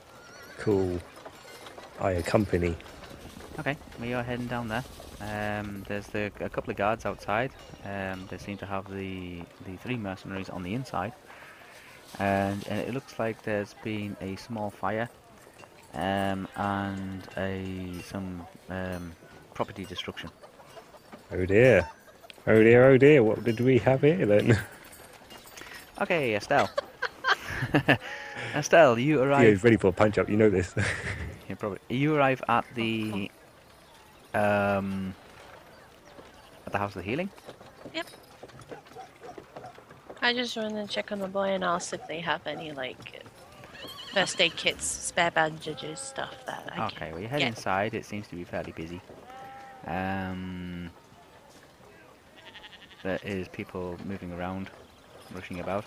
Speaker 3: Cool. I accompany.
Speaker 1: Okay, we are heading down there. Um, there's the, a couple of guards outside. Um, they seem to have the the three mercenaries on the inside, and, uh it looks like there's been a small fire, um, and a some um, property destruction.
Speaker 3: Oh dear. Oh dear. Oh dear. What did we have here then? [LAUGHS]
Speaker 1: Okay, Estelle. [LAUGHS] Estelle, you
Speaker 3: Yeah, he's
Speaker 1: arrive.
Speaker 3: ready for a punch up. You know this. [LAUGHS]
Speaker 1: You probably you arrive at the um, at the house of the healing.
Speaker 2: I just want to check on the boy and ask if they have any like first aid kits, spare bandages, stuff that I can.
Speaker 1: Okay, well, you head
Speaker 2: Yeah.
Speaker 1: inside. It seems to be fairly busy. Um, there is people moving around. rushing about.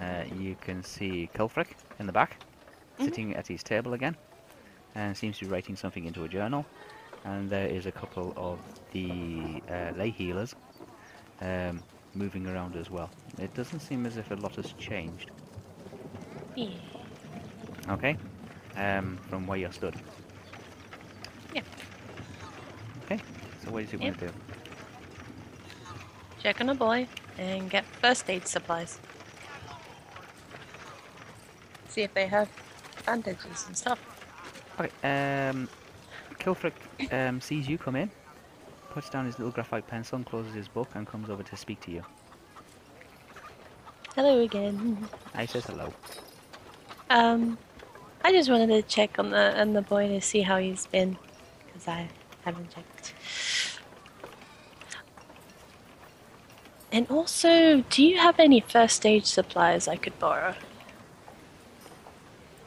Speaker 1: Uh, you can see Kilfrick in the back, sitting at his table again, and seems to be writing something into a journal. And there is a couple of the uh, lay healers um, moving around as well. It doesn't seem as if a lot has changed.
Speaker 2: Yeah.
Speaker 1: Okay, um, from where you stood.
Speaker 2: Yeah.
Speaker 1: Okay, so what does he want to do?
Speaker 2: Check on a boy and get first aid supplies. See if they have bandages and stuff.
Speaker 1: Okay, um, Kilfrick um, sees you come in, puts down his little graphite pencil and closes his book and comes over to speak to you.
Speaker 2: Hello again.
Speaker 1: I says hello.
Speaker 2: Um, I just wanted to check on the on the boy to see how he's been, because I haven't checked. And also, do you have any first aid supplies I could borrow?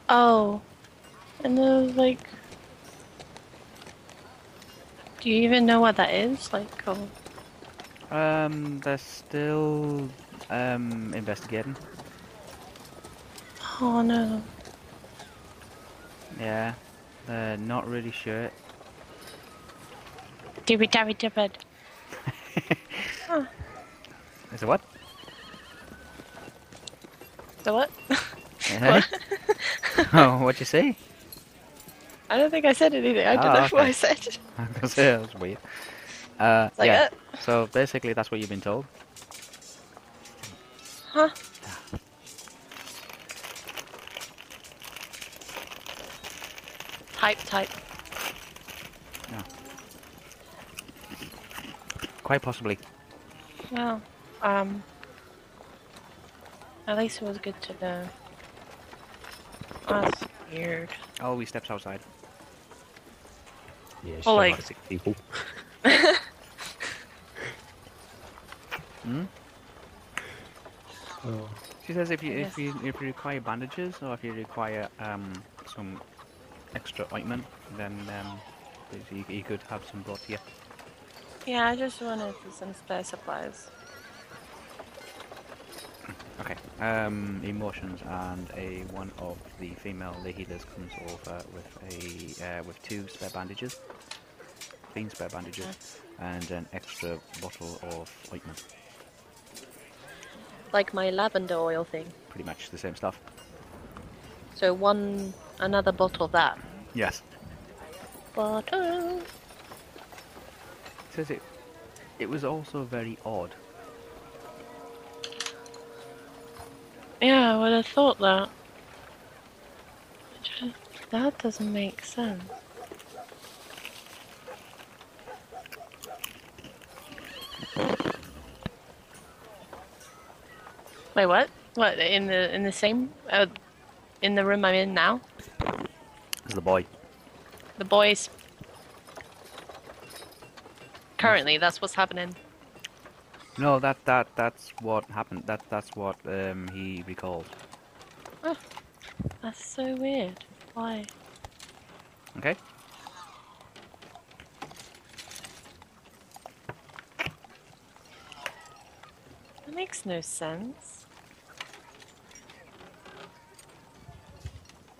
Speaker 2: Oh, and the like. Do you even know what that is? Like, or
Speaker 1: Um, they're still um, investigating.
Speaker 2: oh no.
Speaker 1: Yeah, they're not really sure.
Speaker 2: Dibby dabby dibbid.
Speaker 1: Is it
Speaker 2: [LAUGHS]
Speaker 1: what?
Speaker 2: The what?
Speaker 1: Eh? [LAUGHS] oh, what'd you say? [LAUGHS]
Speaker 2: I don't think I said anything. I don't
Speaker 1: Oh,
Speaker 2: know what
Speaker 1: okay.
Speaker 2: I said. It's
Speaker 1: I was gonna say that was weird. Uh,
Speaker 2: like,
Speaker 1: yeah.
Speaker 2: uh,
Speaker 1: So basically, that's what you've been told.
Speaker 2: Huh? Type, type.
Speaker 1: Quite possibly.
Speaker 2: Well, um, at least it was good to know. That's weird.
Speaker 1: Oh, he steps outside.
Speaker 3: Yeah, she's
Speaker 2: Well,
Speaker 1: Oh,
Speaker 3: like,
Speaker 2: like-
Speaker 3: six people.
Speaker 1: Hmm?
Speaker 3: Oh.
Speaker 1: She says if you
Speaker 2: I
Speaker 1: if
Speaker 2: guess.
Speaker 1: you if you require bandages or if you require um some extra ointment, then um you, you could have some brought to you.
Speaker 2: Yeah, I just wanted some spare supplies.
Speaker 1: Okay. Um, emotions and a one of the female the healers comes over with a uh, with two spare bandages, clean spare bandages, and an extra bottle of ointment.
Speaker 2: Like my lavender oil thing.
Speaker 1: Pretty much the same stuff.
Speaker 2: So one, another bottle of that.
Speaker 1: Yes.
Speaker 2: Bottle.
Speaker 1: Says it. It was also very odd.
Speaker 2: Yeah, I would have thought that. That doesn't make sense. Wait, what? What in the in the same uh, in the room I'm in now?
Speaker 1: As the boy.
Speaker 2: The boys. Currently, that's what's happening.
Speaker 1: No, that that that's what happened. That that's what um, he recalled.
Speaker 2: That's so weird. Why?
Speaker 1: Okay.
Speaker 2: That makes no sense.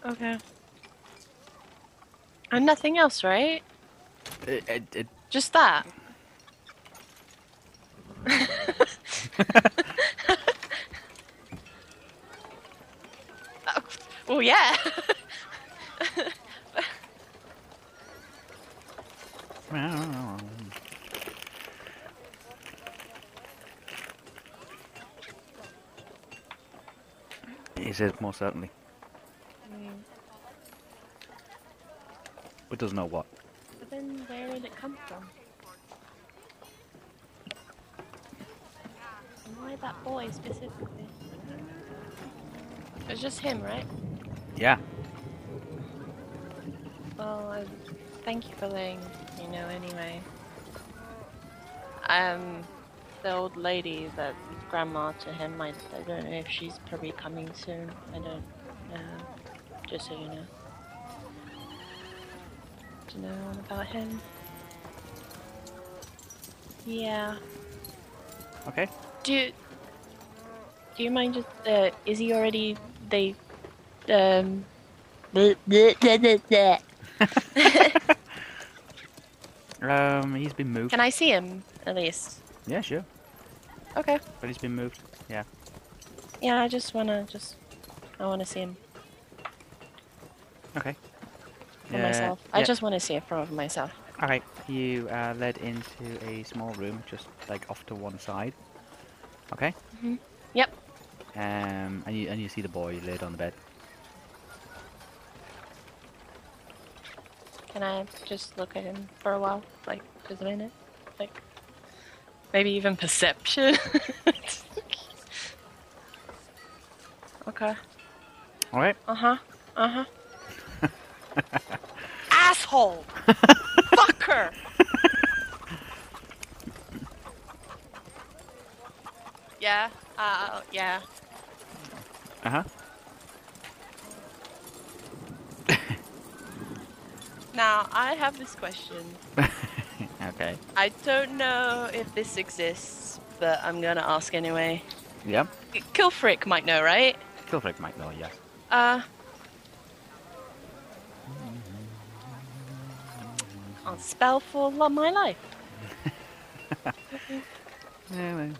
Speaker 2: Okay. And nothing else, right?
Speaker 1: It, it, it,
Speaker 2: Just that. [LAUGHS] Oh, well, yeah.
Speaker 1: uh, he says more certainly,
Speaker 2: Mm,
Speaker 1: but doesn't know what.
Speaker 2: but then where did it come from? And why that boy specifically? It was just him, right?
Speaker 1: Yeah.
Speaker 2: Well, I, thank you for letting me know anyway. Um, the old lady that grandma to him, I, I don't know if she's probably coming soon. I don't know. Just so you know. Do you know all about him? Yeah.
Speaker 1: Okay.
Speaker 2: Do do you mind just? Uh, is he already? They, um. bleh, bleh, bleh, bleh, bleh.
Speaker 1: Um, he's been moved.
Speaker 2: Can I see him at least?
Speaker 1: Yeah, sure.
Speaker 2: Okay.
Speaker 1: But he's been moved.
Speaker 2: Yeah, I just wanna just. I wanna see him
Speaker 1: Okay.
Speaker 2: for myself. I
Speaker 1: yeah.
Speaker 2: just wanna see it for myself.
Speaker 1: All right, you are led into a small room, just like off to one side. Okay.
Speaker 2: Mhm. Yep.
Speaker 1: Um, and you and you see the boy laid on the bed.
Speaker 2: Can I just look at him for a while, like just a minute, like maybe even perception. [LAUGHS] okay.
Speaker 1: All right.
Speaker 2: Uh huh. Uh huh. Asshole. Fucker. [LAUGHS] yeah. Uh. Yeah.
Speaker 1: Uh huh.
Speaker 2: Now I have this question.
Speaker 1: Okay.
Speaker 2: I don't know if this exists, but I'm gonna ask anyway.
Speaker 1: Yeah.
Speaker 2: Kilfrick might know, right?
Speaker 1: Kilfrick might know. Yes.
Speaker 2: Uh. Can't spell for lo- my life.
Speaker 1: In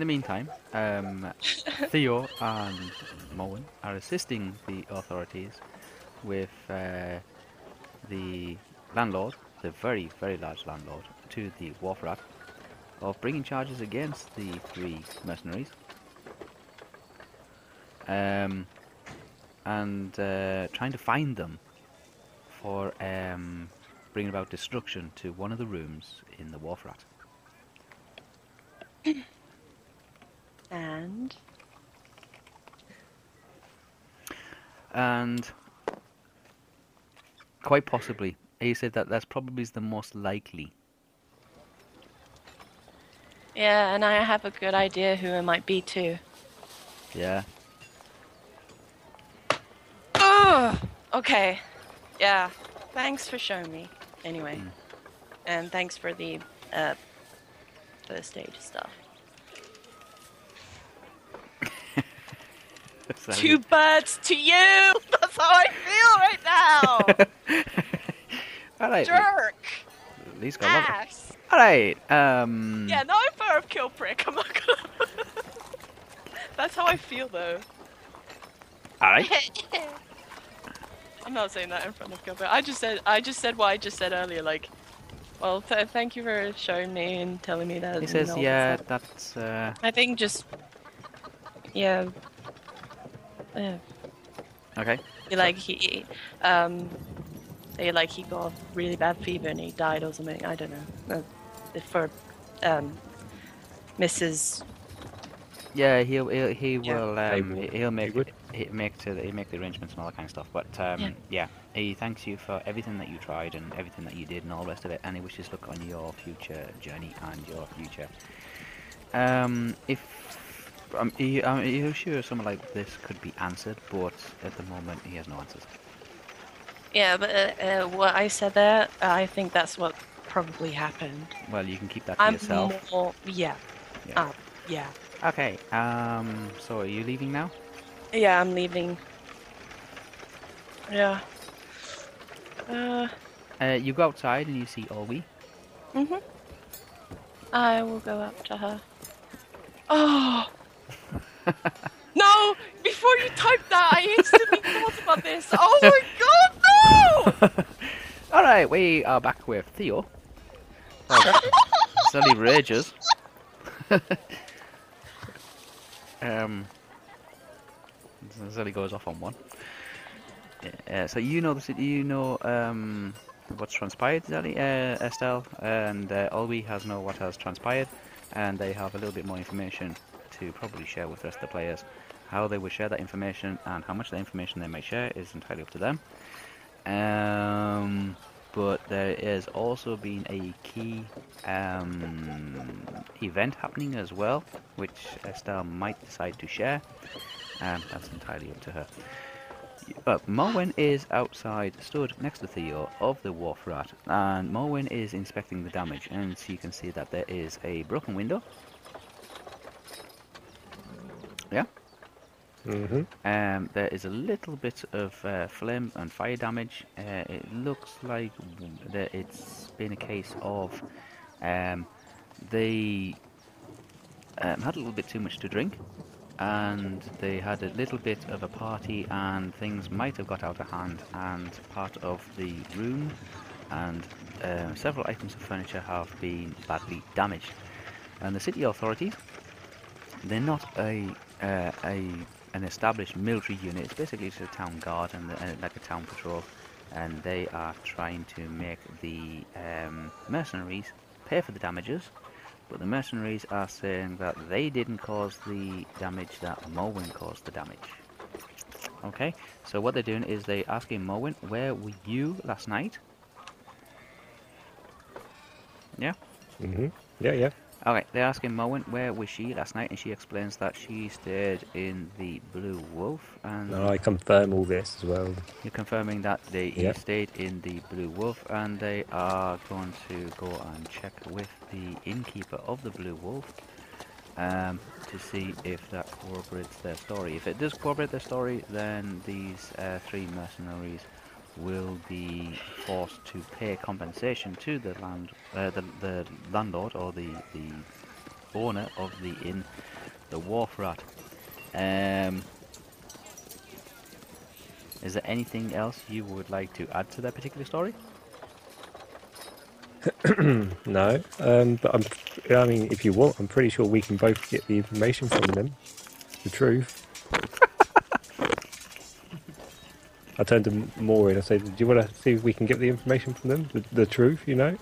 Speaker 1: the meantime, um, Theo and Moen are assisting the authorities with uh, the landlord, the very, very large landlord, to the wharf rat, of bringing charges against the three mercenaries. Um, and uh, trying to find them for um, bringing about destruction to one of the rooms in the wharf rat.
Speaker 2: And
Speaker 1: and quite possibly he said that that's probably the most likely
Speaker 2: yeah, and I have a good idea who it might be too.
Speaker 1: yeah [LAUGHS]
Speaker 2: Ugh. Okay. Yeah. Thanks for showing me. Anyway,
Speaker 1: Mm.
Speaker 2: and thanks for the uh, first aid stuff.
Speaker 1: So-
Speaker 2: Two birds to you. [LAUGHS] That's how I feel
Speaker 1: [LAUGHS]
Speaker 2: right now.
Speaker 1: all right
Speaker 2: Jerk.
Speaker 1: he's got a lot of-
Speaker 2: Ass.
Speaker 1: all right um
Speaker 2: Ah. Yeah, no, I'm fair of kill prick. I'm not gonna. [LAUGHS] That's how I feel though.
Speaker 1: all right
Speaker 2: I'm not saying that in front of Gilbert. I just said I just said what I just said earlier. Like, well, th- thank you for showing me and telling me that.
Speaker 1: he
Speaker 2: and
Speaker 1: says
Speaker 2: all that
Speaker 1: yeah
Speaker 2: stuff."
Speaker 1: that's uh
Speaker 2: I think just yeah. Yeah,
Speaker 1: okay
Speaker 2: he, like he, um, they like he got really bad fever and he died or something. I don't know. Uh, for um, Mrs.
Speaker 1: yeah he'll he'll he
Speaker 2: Yeah.
Speaker 1: will
Speaker 3: They
Speaker 1: um
Speaker 3: would.
Speaker 1: he'll make
Speaker 3: would.
Speaker 1: he'll make to he'll make the arrangements and all that kind of stuff but um yeah.
Speaker 2: Yeah.
Speaker 1: he thanks you for everything that you tried and everything that you did and all the rest of it and he wishes luck on your future journey and your future Um, if um, he, um, you're sure something like this could be answered, but at the moment he has no answers.
Speaker 2: Yeah, but uh, uh, what I said there, I think that's what probably happened.
Speaker 1: Well, you can keep that to
Speaker 2: I'm
Speaker 1: yourself.
Speaker 2: more, yeah,
Speaker 1: Yeah.
Speaker 2: uh, yeah,
Speaker 1: Okay. Um. So are you leaving now?
Speaker 2: yeah. I'm leaving. Yeah. Uh,
Speaker 1: Uh, you go outside and you see Obi.
Speaker 2: mhm. I will go up to her. Oh. no! Before you typed that, I instantly thought about this. Oh my god, no!
Speaker 1: All right, we are back with Theo. [LAUGHS] Suddenly rages. [LAUGHS] um, Sally goes off on one. Uh, so you know the sit- you know um, what's transpired, Sally, uh, Estelle, and uh, Olwe has know what has transpired, and they have a little bit more information to probably share with the rest of the players. How they will share that information and how much of the information they may share is entirely up to them. Um, but there has also been a key um, event happening as well, which Estelle might decide to share. Um, that's entirely up to her. But Morwen is outside, stood next to Theo of the Wharf Rat, and Morwen is inspecting the damage, and so you can see that there is a broken window, Yeah.
Speaker 3: Mm-hmm.
Speaker 1: Um, there is a little bit of uh, flame and fire damage. Uh, it looks like that it's been a case of um, they um, had a little bit too much to drink, and they had a little bit of a party, and things might have got out of hand, and part of the room and uh, several items of furniture have been badly damaged. And the city authorities they're not a uh, a an established military unit. It's basically just a town guard and, the, and like a town patrol, and they are trying to make the um, mercenaries pay for the damages. But the mercenaries are saying that they didn't cause the damage; that Morwen caused the damage. Okay, so what they're doing is they're asking Morwen, "Where were you last night?" Yeah.
Speaker 3: Mm-hmm. Yeah, yeah.
Speaker 1: Okay, they're asking Moen where was she last night, and she explains that she stayed in the Blue Wolf, and
Speaker 3: No, I confirm all this as well.
Speaker 1: you're confirming that they you
Speaker 3: Yeah.
Speaker 1: stayed in the Blue Wolf, and they are going to go and check with the innkeeper of the Blue Wolf um, to see if that corroborates their story. If it does corroborate their story, then these uh, three mercenaries will be forced to pay compensation to the land, uh, the, the landlord or the the owner of the inn, the wharf rat. Um, is there anything else you would like to add to that particular story?
Speaker 3: No, um, but I'm, I mean, if you want, I'm pretty sure we can both get the information from them. The truth. [LAUGHS] I turned to M- Maureen. I said, "Do you want to see if we can get the information from them? The, the truth, you know."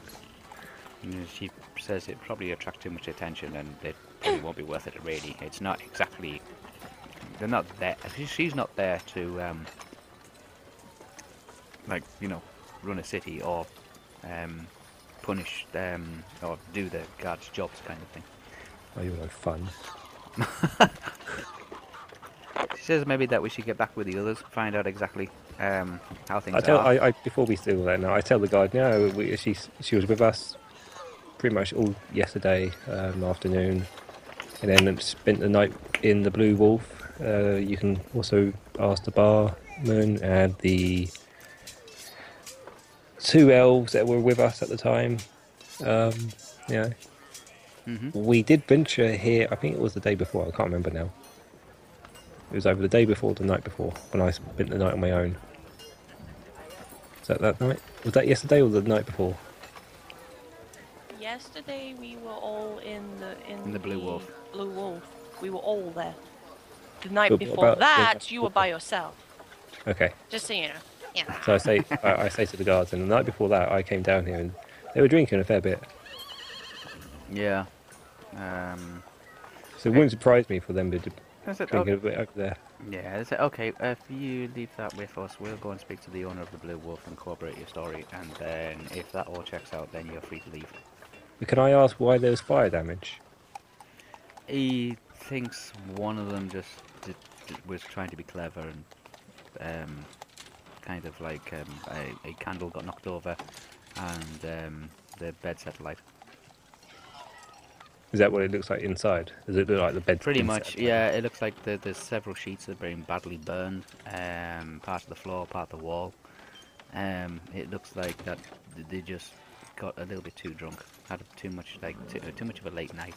Speaker 1: Mm, She says it probably attracts too much attention and it probably won't be worth it really. It's not exactly. They're not there. she- She's not there to, um, like, you know, run a city or um, punish um, or do the guards' jobs kind of thing.
Speaker 3: Oh, you're no fun.
Speaker 1: She says maybe that we should get back with the others, find out exactly um, how things
Speaker 3: I tell.
Speaker 1: are.
Speaker 3: I, I before we steal that now, I tell the guide. No, we, she she was with us pretty much all yesterday um, afternoon, and then spent the night in the Blue Wolf. Uh, you can also ask the barman and the two elves that were with us at the time. Um, yeah,
Speaker 1: hmm
Speaker 3: we did venture here. I think it was the day before. I can't remember now. It was over the day before, the night before, when I spent the night on my own. Was that that night? Was that yesterday or the night before?
Speaker 2: Yesterday we were all in the in,
Speaker 1: In the Blue Wolf.
Speaker 2: Blue Wolf. We were all there. The night
Speaker 3: But what
Speaker 2: before
Speaker 3: about the-
Speaker 2: that, you were by yourself.
Speaker 3: Okay.
Speaker 2: Just so you know. Yeah.
Speaker 3: So I say, [LAUGHS] I, I say to the guards, and the night before that, I came down here and they were drinking a fair bit.
Speaker 1: Yeah. Um,
Speaker 3: So it wouldn't surprise me for them to d-
Speaker 1: I said,
Speaker 3: drink a bit over there.
Speaker 1: Yeah, I said, okay, if you leave that with us, we'll go and speak to the owner of the Blue Wolf and corroborate your story, and then if that all checks out, then you're free to leave.
Speaker 3: But can I ask why there was fire damage?
Speaker 1: He thinks one of them just did, did- was trying to be clever and um, kind of like um, a, a candle got knocked over and um, the bed set alight.
Speaker 3: Is that what it looks like inside? Does it look like the bed?
Speaker 1: Pretty much, yeah. It looks like there, there's several sheets that have been badly burned. Um, part of the floor, part of the wall. Um, it looks like that th- they just got a little bit too drunk, had too much like too, too much of a late night.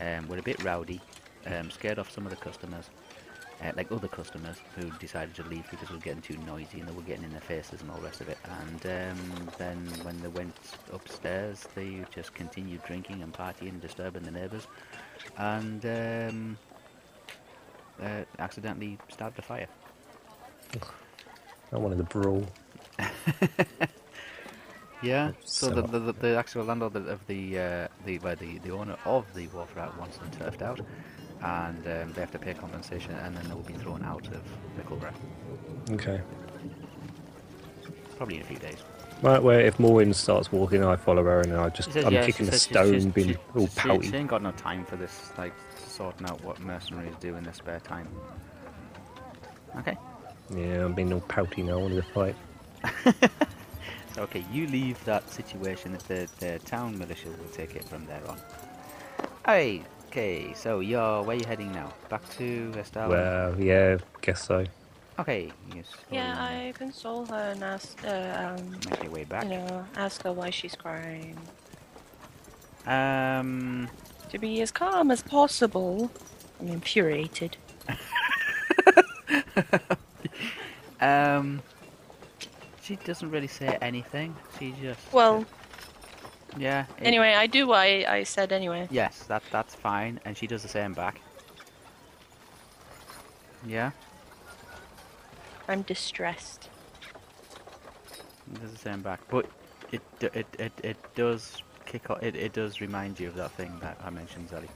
Speaker 1: Um, were a bit rowdy, um, scared off some of the customers, uh, like other customers who decided to leave because we were getting too noisy and they were getting in their faces and all the rest of it. And um, then when they went upstairs, they just continued drinking and partying and disturbing the neighbours and um, uh, accidentally stabbed a fire.
Speaker 3: I wanted to brawl.
Speaker 1: Yeah. So
Speaker 3: So-
Speaker 1: the, the, the, the actual landlord of the- of the uh, the, well, the the owner of the wharf rat wants them turfed out, and um, they have to pay compensation, and then they will be thrown out of Pickle Breath
Speaker 3: Okay.
Speaker 1: probably in a few days.
Speaker 3: Right where if Maureen starts walking, I follow her, and I just I'm kicking a stone, being all pouty.
Speaker 1: She ain't got no time for this, like sorting out what mercenaries do in their spare time. Okay.
Speaker 3: Yeah, I'm being all pouty now. I wanted to fight.
Speaker 1: Okay, you leave that situation. The the town militia will take it from there on. Hey, Okay, so you're where are you heading now? Back to Estelle?
Speaker 3: Well, yeah, guess so.
Speaker 1: Okay, you slowly
Speaker 2: Yeah, I console her and ask, uh, um,
Speaker 1: make your way back.
Speaker 2: you know, ask her why she's crying.
Speaker 1: Um,
Speaker 2: To be as calm as possible. I'm infuriated.
Speaker 1: um, she doesn't really say anything. She just
Speaker 2: Well,
Speaker 1: yeah. it-
Speaker 2: anyway, I do what I, I said anyway.
Speaker 1: Yes, that that's fine, and she does the same back. Yeah,
Speaker 2: I'm distressed.
Speaker 1: she does the same back, but it d- it it, it does kick off. It, it does remind you of that thing that I mentioned, Zelly.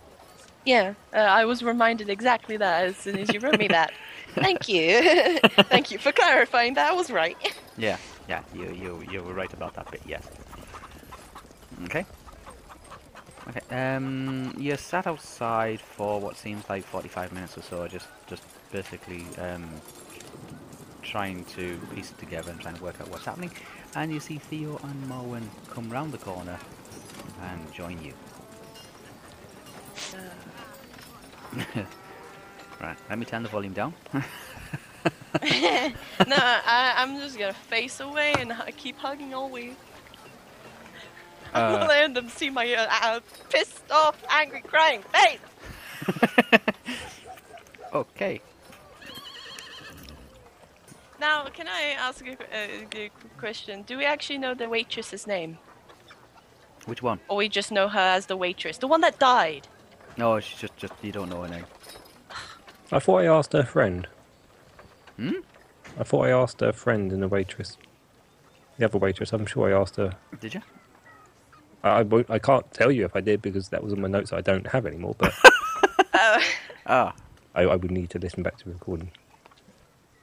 Speaker 2: Yeah, uh, I was reminded exactly that as soon as you wrote me that. [LAUGHS] Thank you. [LAUGHS] Thank you for clarifying that I was [LAUGHS] right.
Speaker 1: Yeah, yeah, you you you were right about that bit. Yes. Okay. Okay. Um, you sat outside for what seems like forty-five minutes or so, just just basically um trying to piece it together and trying to work out what's happening, and you see Theo and Moen come round the corner and join you. [LAUGHS] Right. Let me turn the volume down. [LAUGHS]
Speaker 2: no, I, I'm just gonna face away and hu- keep hugging [LAUGHS] always. I'm
Speaker 1: Uh.
Speaker 2: not letting them see my uh, uh, pissed off, angry, crying face.
Speaker 1: okay.
Speaker 2: Now, can I ask a, qu- a, a quick question? Do we actually know the waitress's name,
Speaker 1: Which one?
Speaker 2: or we just know her as the waitress, the one that died?
Speaker 1: No, she's Oh, just just you don't know her name.
Speaker 3: I thought I asked her friend.
Speaker 1: Hmm.
Speaker 3: I thought I asked her friend and the waitress. The other waitress, I'm sure I asked her.
Speaker 1: Did you?
Speaker 3: I, I, won't- I can't tell you if I did because that was on my notes that I don't have anymore, [LAUGHS] but
Speaker 2: Oh,
Speaker 1: Ah.
Speaker 3: I, I would need to listen back to the recording.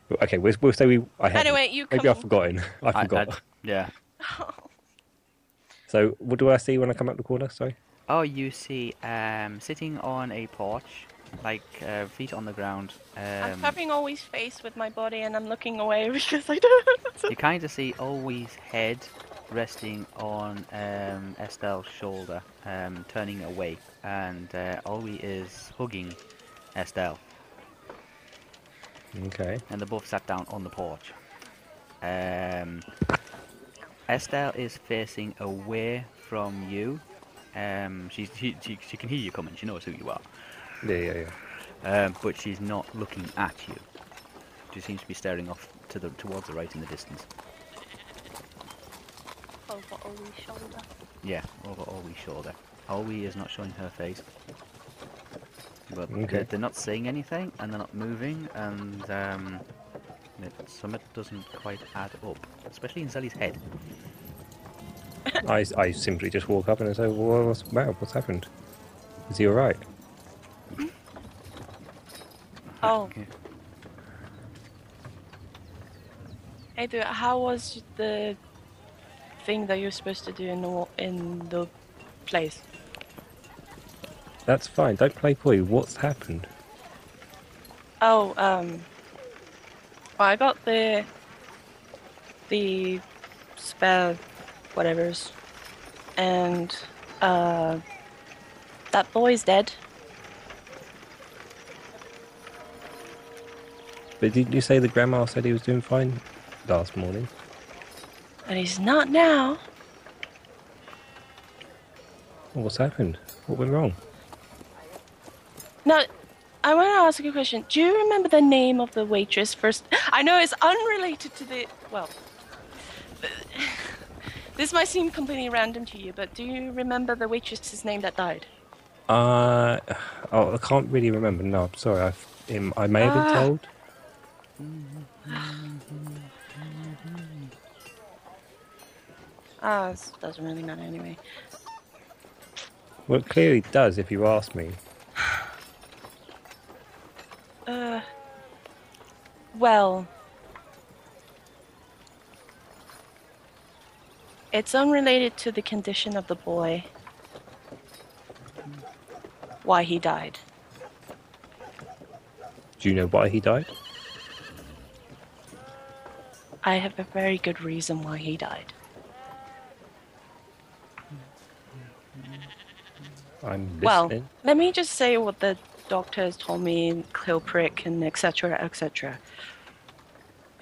Speaker 3: But, Okay, we'll, we'll say we. I haven't.
Speaker 2: Anyway, you
Speaker 3: Maybe
Speaker 2: come-
Speaker 3: I've forgotten. [LAUGHS] I forgot.
Speaker 1: yeah.
Speaker 3: So, what do I see when I come up the corner? Sorry.
Speaker 1: Oh, you see, um, sitting on a porch, like uh, feet on the ground.
Speaker 2: I'm
Speaker 1: Um,
Speaker 2: covering always face with my body, and I'm looking away [LAUGHS] because I don't.
Speaker 1: you kind of see Always head resting on um, Estelle's shoulder, um, turning away, and uh, Always is hugging Estelle,
Speaker 3: Okay.
Speaker 1: and they both sat down on the porch. Um, Estelle is facing away from you. Um, she's, she, she, she can hear you coming. She knows who you are.
Speaker 3: Yeah, yeah, yeah.
Speaker 2: [LAUGHS]
Speaker 1: Um, but she's not looking at you. She seems to be staring off to the towards the right in the distance.
Speaker 2: Over Ollie's shoulder.
Speaker 1: Yeah, over Olwie's shoulder. Olwie is not showing her face. But they-
Speaker 3: Okay.
Speaker 1: they're, not saying anything, and they're not moving, and um, it, something doesn't quite add up, especially in Zelly's head.
Speaker 3: I, I simply just walk up and I say, well, what's, wow, what's happened? Is he all right?
Speaker 2: Oh,
Speaker 1: Okay.
Speaker 2: hey, dude, how was the thing that you're supposed to do in the wa- in the place?
Speaker 3: That's fine. Don't play coy. What's happened?
Speaker 2: Oh, um, well, I got the the spell, whatever's, and uh, that boy's dead.
Speaker 3: But didn't you say the grandma said he was doing fine last morning?
Speaker 2: And he's not now.
Speaker 3: Well, what's happened? What went wrong?
Speaker 2: Now, I want to ask you a question. Do you remember the name of the waitress first? I know it's unrelated to the. Well. [SIGHS] This might seem completely random to you, but do you remember the waitress's name that died?
Speaker 3: Uh, oh, I can't really remember. No, I'm sorry. I've, um, I may have been
Speaker 2: Ah.
Speaker 3: told.
Speaker 2: Ah, it doesn't really matter anyway.
Speaker 3: Well, it clearly does if you ask me.
Speaker 2: Uh, well, it's unrelated to the condition of the boy. Why he died.
Speaker 3: Do you know why he died?
Speaker 2: I have a very good reason why he died.
Speaker 3: I'm listening.
Speaker 2: Well, let me just say what the doctor has told me, Cleopric and etc. etc.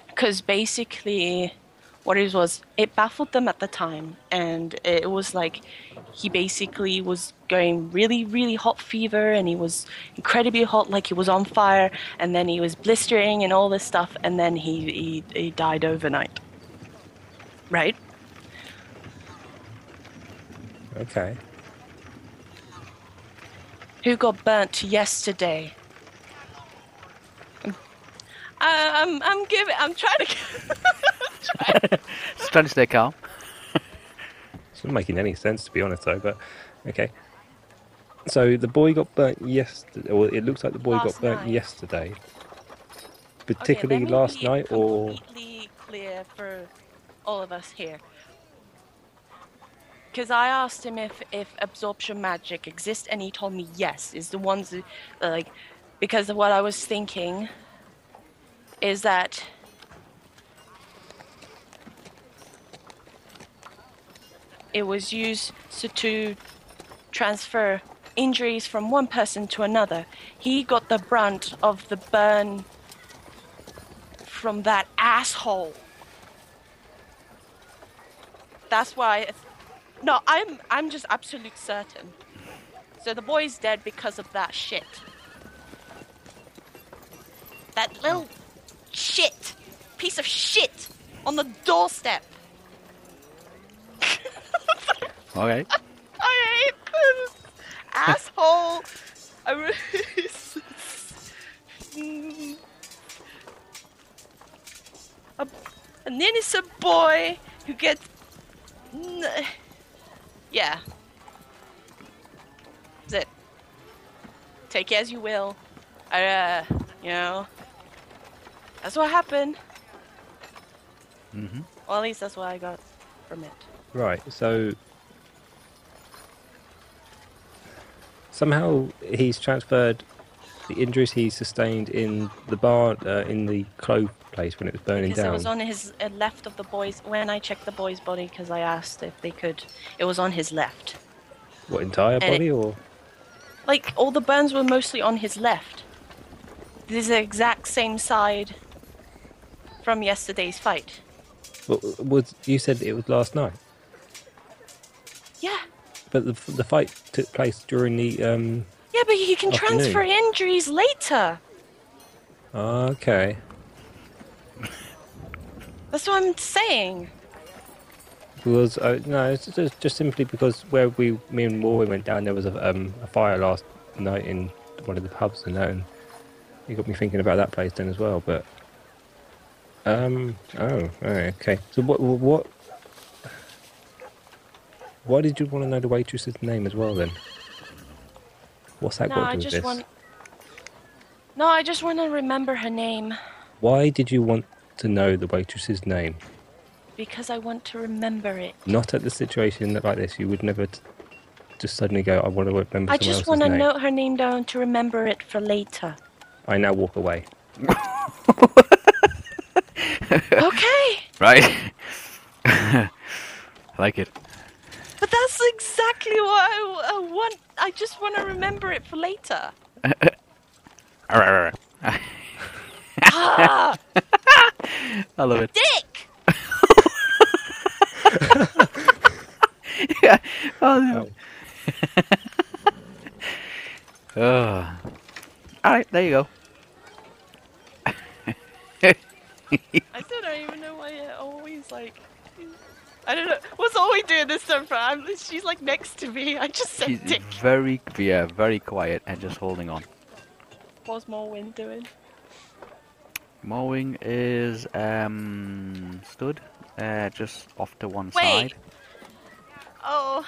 Speaker 2: Because basically, what it was, it baffled them at the time, and it was like he basically was going really, really hot fever, and he was incredibly hot, like he was on fire, and then he was blistering and all this stuff, and then he he, he died overnight. Right?
Speaker 3: okay.
Speaker 2: who got burnt yesterday. I, I'm, I'm giving. I'm trying to.
Speaker 1: Just trying to stay calm.
Speaker 3: It's not making any sense, to be honest, though. But okay. So the boy got burnt yesterday. Or it looks like the boy
Speaker 2: Last
Speaker 3: got burnt
Speaker 2: night.
Speaker 3: yesterday,
Speaker 2: Okay, let
Speaker 3: particularly
Speaker 2: me
Speaker 3: last
Speaker 2: be
Speaker 3: night, or
Speaker 2: completely clear for all of us here. Because I asked him if, if absorption magic exists, and he told me yes. Is the ones that, like, because of what I was thinking, is that it was used so to transfer injuries from one person to another. He got the brunt of the burn from that asshole. That's why. it's- No, I'm I'm just absolute certain. So the boy's dead because of that shit. That little shit, piece of shit, on the doorstep.
Speaker 1: Okay.
Speaker 2: I hate this asshole. [LAUGHS] I really. a, an innocent boy who gets. N- yeah. That's it. Take it as you will. I, uh, you know. That's what happened.
Speaker 1: Mm-hmm.
Speaker 2: Well, at least that's what I got from it.
Speaker 3: right. So somehow he's transferred the injuries he sustained in the barn uh, in the clove place when it was burning
Speaker 2: Because it
Speaker 3: down.
Speaker 2: was on his uh, left of the boy's. When I checked the boy's body, because I asked if they could, it was on his left.
Speaker 3: What entire
Speaker 2: and it-
Speaker 3: body or?
Speaker 2: Like all the burns were mostly on his left. This is the exact same side from yesterday's fight.
Speaker 3: But was you said it was last night?
Speaker 2: Yeah,
Speaker 3: But the, the fight took place during the. Um,
Speaker 2: yeah, but you can
Speaker 3: Afternoon.
Speaker 2: transfer injuries later.
Speaker 3: okay.
Speaker 2: That's what I'm saying.
Speaker 3: Because uh, no, it's just, just simply because where we, me and Rory went down, there was a, um, a fire last night in one of the pubs and that, and it got me thinking about that place then as well. But um, oh, all right, okay. So what, what? Why did you want to know the waitress's name as well then? What's that
Speaker 2: no,
Speaker 3: got
Speaker 2: I
Speaker 3: to do with
Speaker 2: just
Speaker 3: this?
Speaker 2: want. No, I just want to remember her name
Speaker 3: Why did you want to know the waitress's name?
Speaker 2: because I want to remember it.
Speaker 3: Not at the situation that- like this. You would never t- just suddenly go, "I want to remember."
Speaker 2: I
Speaker 3: someone
Speaker 2: just
Speaker 3: else's
Speaker 2: want to
Speaker 3: name."
Speaker 2: note her name down to remember it for later. [LAUGHS]
Speaker 3: I now walk away.
Speaker 2: okay.
Speaker 1: Right. [LAUGHS] I like it.
Speaker 2: But that's exactly what I, I want. I just want to remember it for later.
Speaker 1: Alright, alright,
Speaker 2: ah,
Speaker 1: I love it.
Speaker 2: dick!
Speaker 1: yeah. Oh, no. Alright, there you go.
Speaker 2: I still don't even know why I always like. I don't know. What's always doing this time for? I'm, she's like next to me. I just said
Speaker 1: She's [LAUGHS]
Speaker 2: dick.
Speaker 1: very, yeah, very quiet and just holding on.
Speaker 2: What's Morwin doing?
Speaker 1: Mowing is um stood uh, just off to one
Speaker 2: Wait.
Speaker 1: side.
Speaker 2: Oh.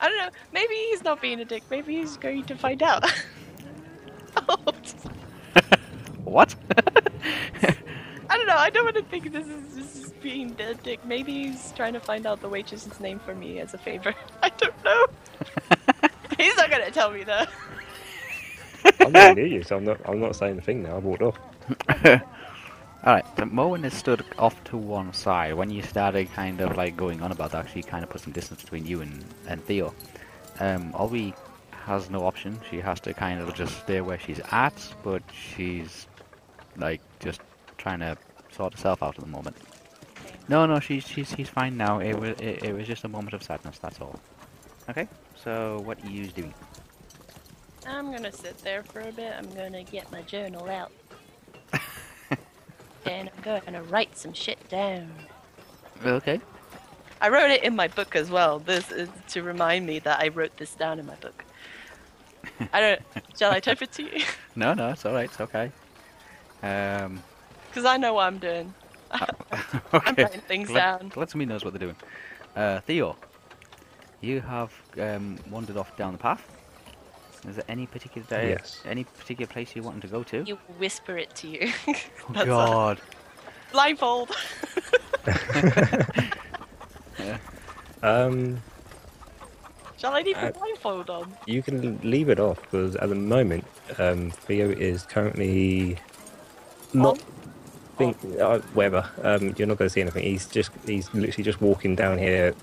Speaker 2: I don't know. Maybe he's not being a dick. Maybe he's going to find out. [LAUGHS] oh,
Speaker 1: What? [LAUGHS]
Speaker 2: I don't know. I don't want to think this is this is being a dick. Maybe he's trying to find out the waitress's name for me as a favor. [LAUGHS] I don't know. he's not gonna tell me though. [LAUGHS]
Speaker 3: I'm not near you, so I'm not. I'm not saying a thing now. I walked off.
Speaker 1: [LAUGHS] Alright, so Moen is stood off to one side. When you started kind of like going on about that, she kind of put some distance between you and, and Theo. um, Ollie has no option. She has to kind of just stay where she's at, but she's like just trying to sort herself out at the moment. No, no, she's she's she's fine now. It was it, it was just a moment of sadness. That's all. Okay. So what are you doing?
Speaker 2: I'm gonna sit there for a bit. I'm gonna get my journal out. and I'm gonna write some shit down.
Speaker 1: Okay.
Speaker 2: I wrote it in my book as well. This is to remind me that I wrote this down in my book. I don't. shall I type it to you? [LAUGHS]
Speaker 1: No, no, it's all right. It's okay. Um.
Speaker 2: Because I know what I'm doing. I'm
Speaker 1: [LAUGHS] okay.
Speaker 2: writing things
Speaker 1: Glad,
Speaker 2: down.
Speaker 1: glad somebody knows what they're doing. Uh, Theo, you have um, wandered off down the path. Is there any particular
Speaker 3: Yes.
Speaker 1: any particular place you're wanting to go to?
Speaker 2: You whisper it to you.
Speaker 1: oh
Speaker 2: that's all.
Speaker 1: God.
Speaker 2: [LAUGHS] Blindfold.
Speaker 3: Um,
Speaker 2: Shall I leave the
Speaker 3: Uh,
Speaker 2: blindfold on?
Speaker 3: you can leave it off because at the moment, um, Theo is currently not
Speaker 2: Oh,
Speaker 3: think uh, whatever. Um, you're not going to see anything. He's just he's literally just walking down here,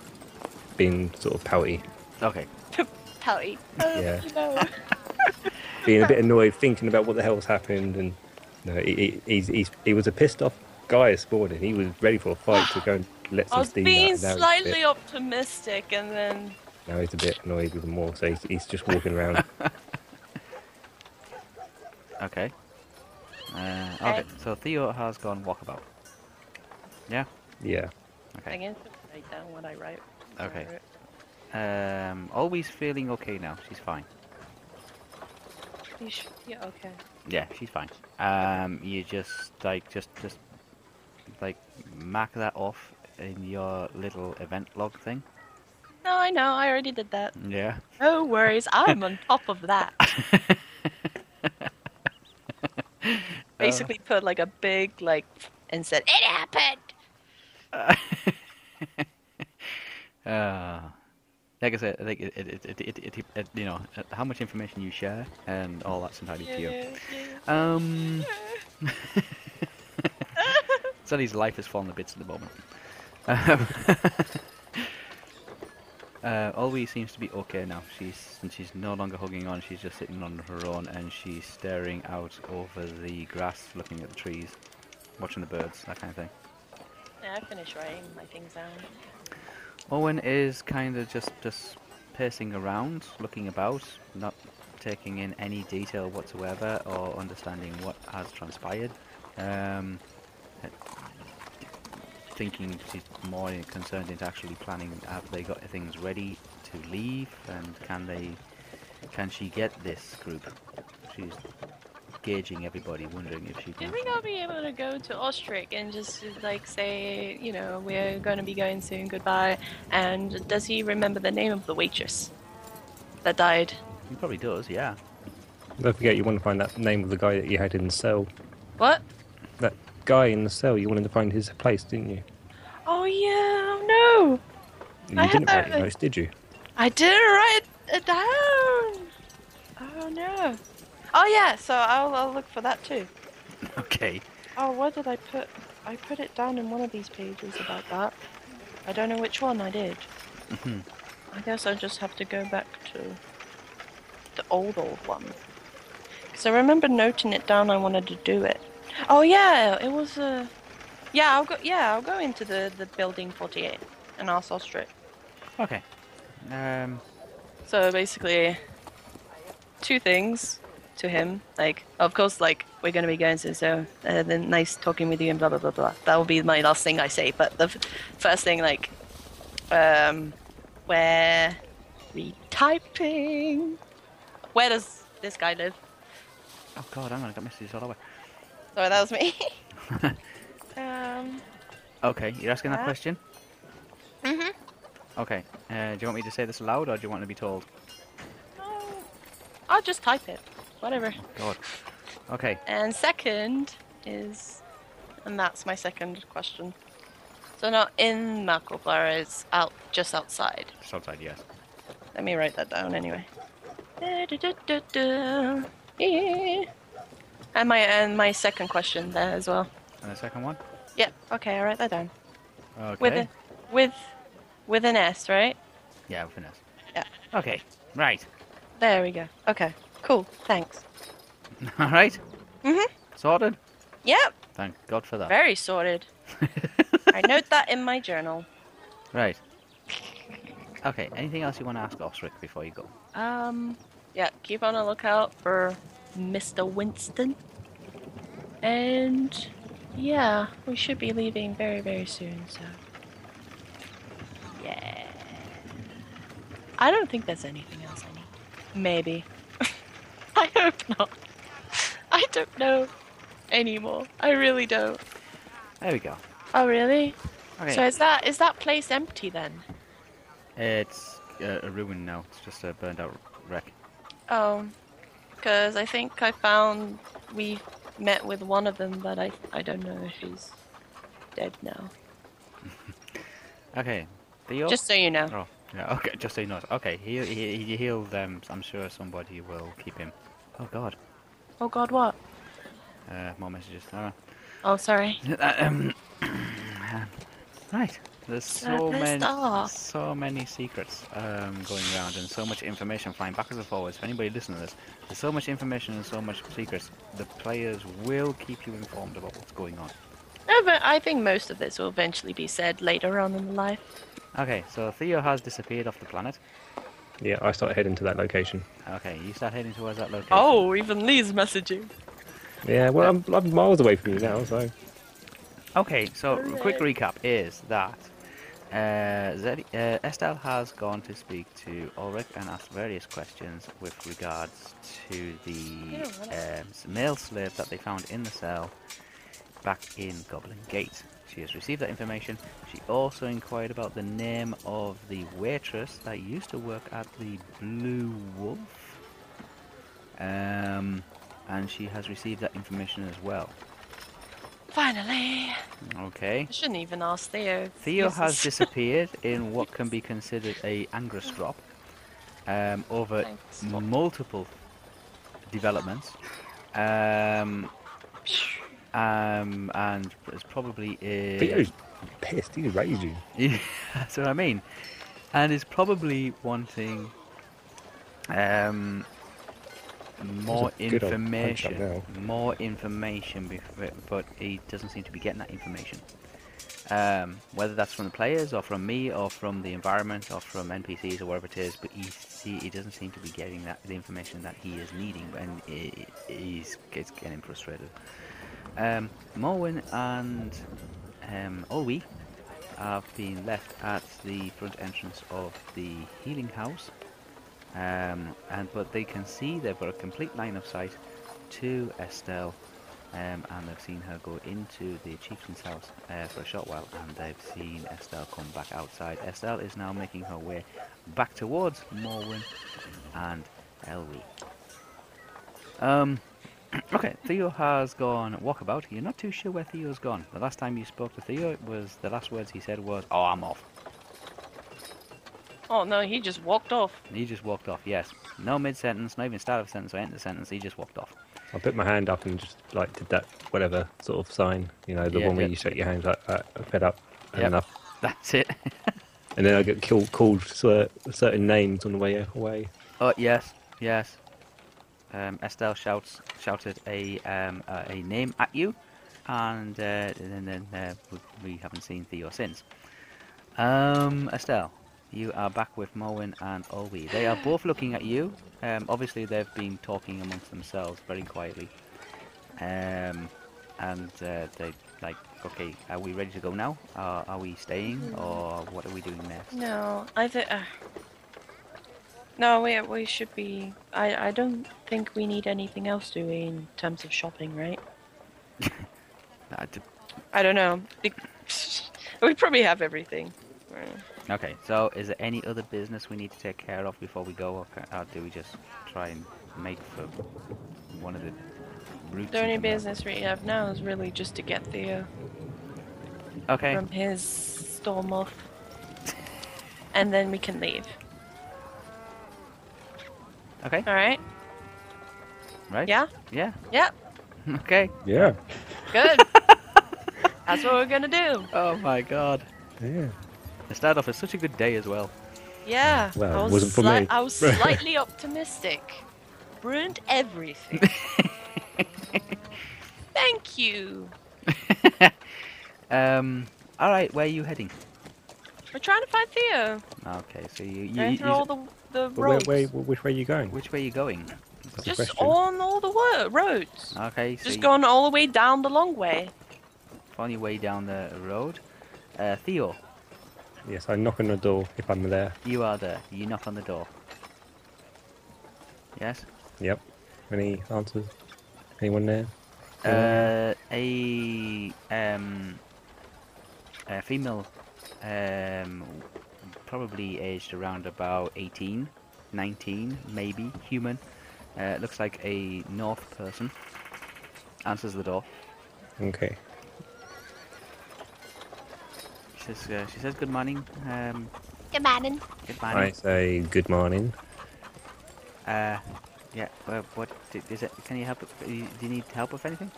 Speaker 3: being sort of pouty,
Speaker 1: Okay.
Speaker 2: Pouty. Oh,
Speaker 3: Yeah.
Speaker 2: no.
Speaker 3: being
Speaker 2: [LAUGHS]
Speaker 3: a bit annoyed, thinking about what the hell's happened. And no, he, he, he's, he's, he was a pissed off guy this morning. He was ready for a fight to go and let
Speaker 2: [GASPS] I
Speaker 3: some
Speaker 2: was
Speaker 3: steam
Speaker 2: being
Speaker 3: out. Now he's a
Speaker 2: slightly
Speaker 3: bit-
Speaker 2: optimistic, and then
Speaker 3: Now he's a bit annoyed even more, so he's, he's just walking
Speaker 2: [LAUGHS]
Speaker 3: around.
Speaker 1: Okay. Uh,
Speaker 2: Okay.
Speaker 1: okay. So Theo has gone walkabout. Yeah.
Speaker 3: yeah.
Speaker 2: I
Speaker 1: Okay.
Speaker 2: guess I'll write down what I write. what I
Speaker 1: Okay.
Speaker 2: wrote.
Speaker 1: Um, always feeling okay now. She's fine.
Speaker 2: You should- yeah, okay.
Speaker 1: Yeah, she's fine. Um, you just like just just like mark that off in your little event log thing.
Speaker 2: No, I know. I already did that.
Speaker 1: Yeah.
Speaker 2: No worries. I'm on top of that. Basically, put like a big like and said it happened.
Speaker 1: Uh, like I said, like it, it, it, it, it, it, it you know, uh, how much information you share and all that's entirely up to you. Um, Sonny's life has fallen to bits at the moment. Um, [LAUGHS] uh, Ollie seems to be okay now. She's and she's no longer hugging on. She's just sitting on her own and she's staring out over the grass, looking at the trees, watching the birds, that kind of thing.
Speaker 2: Yeah, I finished writing my things down.
Speaker 1: Owen is kind of just just pacing around, looking about, not taking in any detail whatsoever or understanding what has transpired. Um, uh, thinking she's more concerned into actually planning have they got things ready to leave and can they can she get this group? She's gauging everybody, wondering if she
Speaker 2: Did
Speaker 1: can.
Speaker 2: we not be able to go to Ostrich and just like say, you know, we're going to be going soon, goodbye? And does he remember the name of the waitress that died?
Speaker 1: He probably does, yeah. [COUGHS]
Speaker 3: Don't forget, you want to find that name of the guy that you had in the cell.
Speaker 2: What?
Speaker 3: That guy in the cell, you wanted to find his place, didn't you?
Speaker 2: Oh yeah, oh, no,
Speaker 3: You
Speaker 2: I had
Speaker 3: didn't write
Speaker 2: that-
Speaker 3: your notes, did you?
Speaker 2: I didn't write it uh, down. Oh no. Oh yeah, so I'll, I'll look for that too.
Speaker 1: Okay.
Speaker 2: Oh, where did I put? I put it down in one of these pages about that. I don't know which one I did. I guess I just have to go back to the old old one. Because I remember noting it down. I wanted to do it. Oh yeah, it was Uh... Yeah, I'll go. Yeah, I'll go into the the building 48 and ask Ostrich.
Speaker 1: Okay. Um,
Speaker 2: So basically, two things to him. Like, of course, like we're gonna be going soon, so uh, then nice talking with you and blah blah blah blah. That will be my last thing I say. But the f- first thing, like, um, where retyping? Where does this guy live?
Speaker 1: oh god, hang on, I got messages all over.
Speaker 2: Sorry, that was me. [LAUGHS] um,
Speaker 1: Okay, you're asking that
Speaker 2: That?
Speaker 1: question?
Speaker 2: Mhm.
Speaker 1: Okay, uh, do you want me to say this aloud or do you want to be told?
Speaker 2: no, I'll just type it. Whatever.
Speaker 1: God. Okay,
Speaker 2: And second is, and that's my second question. So not in Marklebar, it's out just outside.
Speaker 1: it's outside, yes.
Speaker 2: Let me write that down anyway. [LAUGHS] Da-da-da-da-da. Eh. And my and my second question there as well.
Speaker 1: And the second one?
Speaker 2: Yeah, okay, I write that down.
Speaker 1: Okay.
Speaker 2: With a, with with an S, right?
Speaker 1: Yeah, with an S.
Speaker 2: Yeah.
Speaker 1: Okay, Right. [LAUGHS]
Speaker 2: There we go. Okay. Cool. Thanks.
Speaker 1: All right.
Speaker 2: Mhm.
Speaker 1: Sorted.
Speaker 2: Yep.
Speaker 1: Thank God for that.
Speaker 2: Very sorted. I note that in my journal.
Speaker 1: [LAUGHS] Right. Okay. Anything else you want to ask Osric before you go?
Speaker 2: Um, yeah, keep on a lookout for Mr. Winston. And yeah, we should be leaving very, very soon, so. Yeah. I don't think there's anything else I need. Maybe. [LAUGHS] I hope not. [LAUGHS] I don't know anymore. I really don't.
Speaker 1: There we go.
Speaker 2: Oh, really?
Speaker 1: Okay.
Speaker 2: So is that is that place empty then?
Speaker 1: it's uh, a ruin now. It's just a burned out wreck.
Speaker 2: Oh, because I think I found we met with one of them, but I, I don't know if he's dead now.
Speaker 1: Okay. The orc-
Speaker 2: Just so you know.
Speaker 1: Oh, yeah, okay, just so you know. Okay, he, he, he healed them. I'm sure somebody will keep him. Oh, God.
Speaker 2: Oh god, what?
Speaker 1: Uh, more messages. Hang [LAUGHS]
Speaker 2: Oh, sorry.
Speaker 1: on. Uh, um, right. There's so
Speaker 2: Surface
Speaker 1: many,
Speaker 2: dark.
Speaker 1: so many secrets um, going around and so much information flying backwards and forwards. For anybody listening to this, there's so much information and so much secrets. The players will keep you informed about what's going on.
Speaker 2: No, but I think most of this will eventually be said later on in life.
Speaker 1: Okay, so Theo has disappeared off the planet.
Speaker 3: Yeah, I start heading to that location.
Speaker 1: Okay, you start heading towards that location.
Speaker 2: Oh, even Lee's messaging.
Speaker 3: Yeah, well, I'm, I'm miles away from you now, so.
Speaker 1: Okay, so a quick
Speaker 2: Hooray.
Speaker 1: recap is that uh, Zed, uh, Estelle has gone to speak to Ulrich and asked various questions with regards to the
Speaker 2: Yeah, whatever.
Speaker 1: um, s- male slave that they found in the cell back in Goblin Gate. She has received that information. She also inquired about the name of the waitress that used to work at the Blue Wolf. Um, and she has received that information as well.
Speaker 2: Finally.
Speaker 1: Okay.
Speaker 2: I shouldn't even ask Theo.
Speaker 1: Theo
Speaker 2: This
Speaker 1: has
Speaker 2: [LAUGHS] is-
Speaker 1: disappeared in what can be considered a Angus drop um, over
Speaker 2: Thanks.
Speaker 1: multiple developments, um, um, and is probably in,
Speaker 3: Theo's pissed. He's raised you.
Speaker 1: that's what I mean, and is probably wanting um, more
Speaker 3: a good old punch-up
Speaker 1: information,
Speaker 3: now.
Speaker 1: more information, bef- but he doesn't seem to be getting that information. Um, whether that's from the players or from me or from the environment or from NPCs or whatever it is, but he see, he doesn't seem to be getting that the information that he is needing, and he, he's it's getting frustrated. Um, Morwen and um, Olwe have been left at the front entrance of the healing house, um, and but they can see they've got a complete line of sight to Estelle, um, and they've seen her go into the chieftain's house uh, for a short while, and they've seen Estelle come back outside. Estelle is now making her way back towards Morwen and Elwee. [CLEARS THROAT] Um, okay, Theo has gone walkabout. You're not too sure where Theo's gone. The last time you spoke to Theo, it was the last words he said was, "Oh, I'm off."
Speaker 2: Oh no, he just walked off.
Speaker 1: And he just walked off. Yes, no mid sentence, not even start of sentence or end of sentence. He just walked off.
Speaker 3: I put my hand up and just like did that whatever sort of sign, you know, the
Speaker 1: Yeah,
Speaker 3: one where
Speaker 1: yeah.
Speaker 3: you shake your hands like that. I fed up and
Speaker 1: Yep.
Speaker 3: enough.
Speaker 1: That's it. [LAUGHS]
Speaker 3: And then I get killed, called cer- certain names on the way away.
Speaker 1: Oh yes, yes. Um, Estelle shouts shouted a um, uh, a name at you, and uh, and then uh, we, we haven't seen Theo since. Um, Estelle, you are back with Moen and Olwe. They are both looking at you. Um, obviously they've been talking amongst themselves very quietly. Um, and uh, they like, okay, are we ready to go now? Uh, are we staying, or what are we doing next?
Speaker 2: No, I think. Uh, no, we we should be. I I don't think we need anything else, do we, in terms of shopping, right?
Speaker 1: Uh, d-
Speaker 2: I don't know. Be- [LAUGHS] We probably have everything.
Speaker 1: Okay, so is there any other business we need to take care of before we go, or, ca- or do we just try and make for one of the routes?
Speaker 2: The
Speaker 1: and
Speaker 2: only
Speaker 1: come back?
Speaker 2: business we have now is really just to get Theo
Speaker 1: Okay,
Speaker 2: from his storm off, and then we can leave.
Speaker 1: okay,
Speaker 2: All right?
Speaker 1: right?
Speaker 2: Yeah.
Speaker 1: Yeah, [LAUGHS]
Speaker 2: Yep.
Speaker 1: okay.
Speaker 3: Yeah,
Speaker 2: [LAUGHS] Good. That's what we're gonna do.
Speaker 1: Oh my god.
Speaker 3: yeah.
Speaker 1: It started off as such a good day as well. [LAUGHS]
Speaker 2: Yeah,
Speaker 3: Well,
Speaker 2: I
Speaker 3: it
Speaker 2: was
Speaker 3: wasn't for
Speaker 2: sli-
Speaker 3: me.
Speaker 2: I
Speaker 3: [LAUGHS]
Speaker 2: was slightly optimistic. Ruined
Speaker 3: [LAUGHS]
Speaker 2: everything. Thank you.
Speaker 1: Um. All right. Where are you heading?
Speaker 2: We're trying to find Theo.
Speaker 1: Okay. So you. you,
Speaker 2: Going
Speaker 1: you-
Speaker 2: through all the the
Speaker 3: But where,
Speaker 2: roads.
Speaker 3: where, which way are you going?
Speaker 1: which way are you going?
Speaker 3: That's the
Speaker 2: Just
Speaker 3: question.
Speaker 2: on all the wo- roads.
Speaker 1: Okay. So
Speaker 2: Just
Speaker 1: you
Speaker 2: gone all the way down the long way.
Speaker 1: find your way down the road. Uh, Theo,
Speaker 3: Yes, I knock on the door if I'm there.
Speaker 1: you are there. You knock on the door. Yes.
Speaker 3: Yep. Any answers? Anyone there?
Speaker 1: Uh, a um, a female, um, probably aged around about 18, 19, maybe human. Uh, looks like a North person. Answers the door.
Speaker 3: Okay.
Speaker 1: She says, uh, she says, "Good morning." Um,
Speaker 4: Good morning.
Speaker 1: good
Speaker 3: I
Speaker 1: morning.
Speaker 3: say good morning.
Speaker 1: Uh, yeah. Well, what d- is it? Can you help? with- Do you do you need help with anything?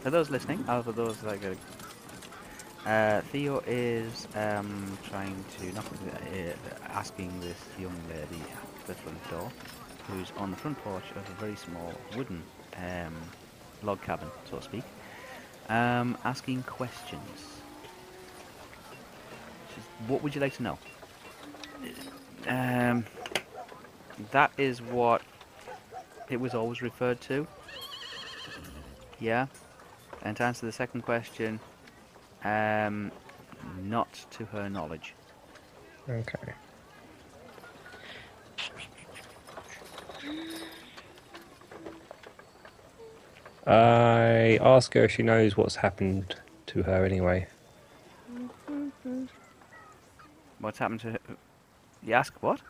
Speaker 1: For those listening, uh, for those like, uh, uh, Theo is um trying to not uh, asking this young lady at the front door, who's on the front porch of a very small wooden um log cabin, so to speak, um asking questions. She's, what would you like to know? Um, that is what it was always referred to. Yeah. And to answer the second question, um, not to her knowledge.
Speaker 3: Okay. I ask her if she knows what's happened to her anyway.
Speaker 1: What's happened to her? You ask what?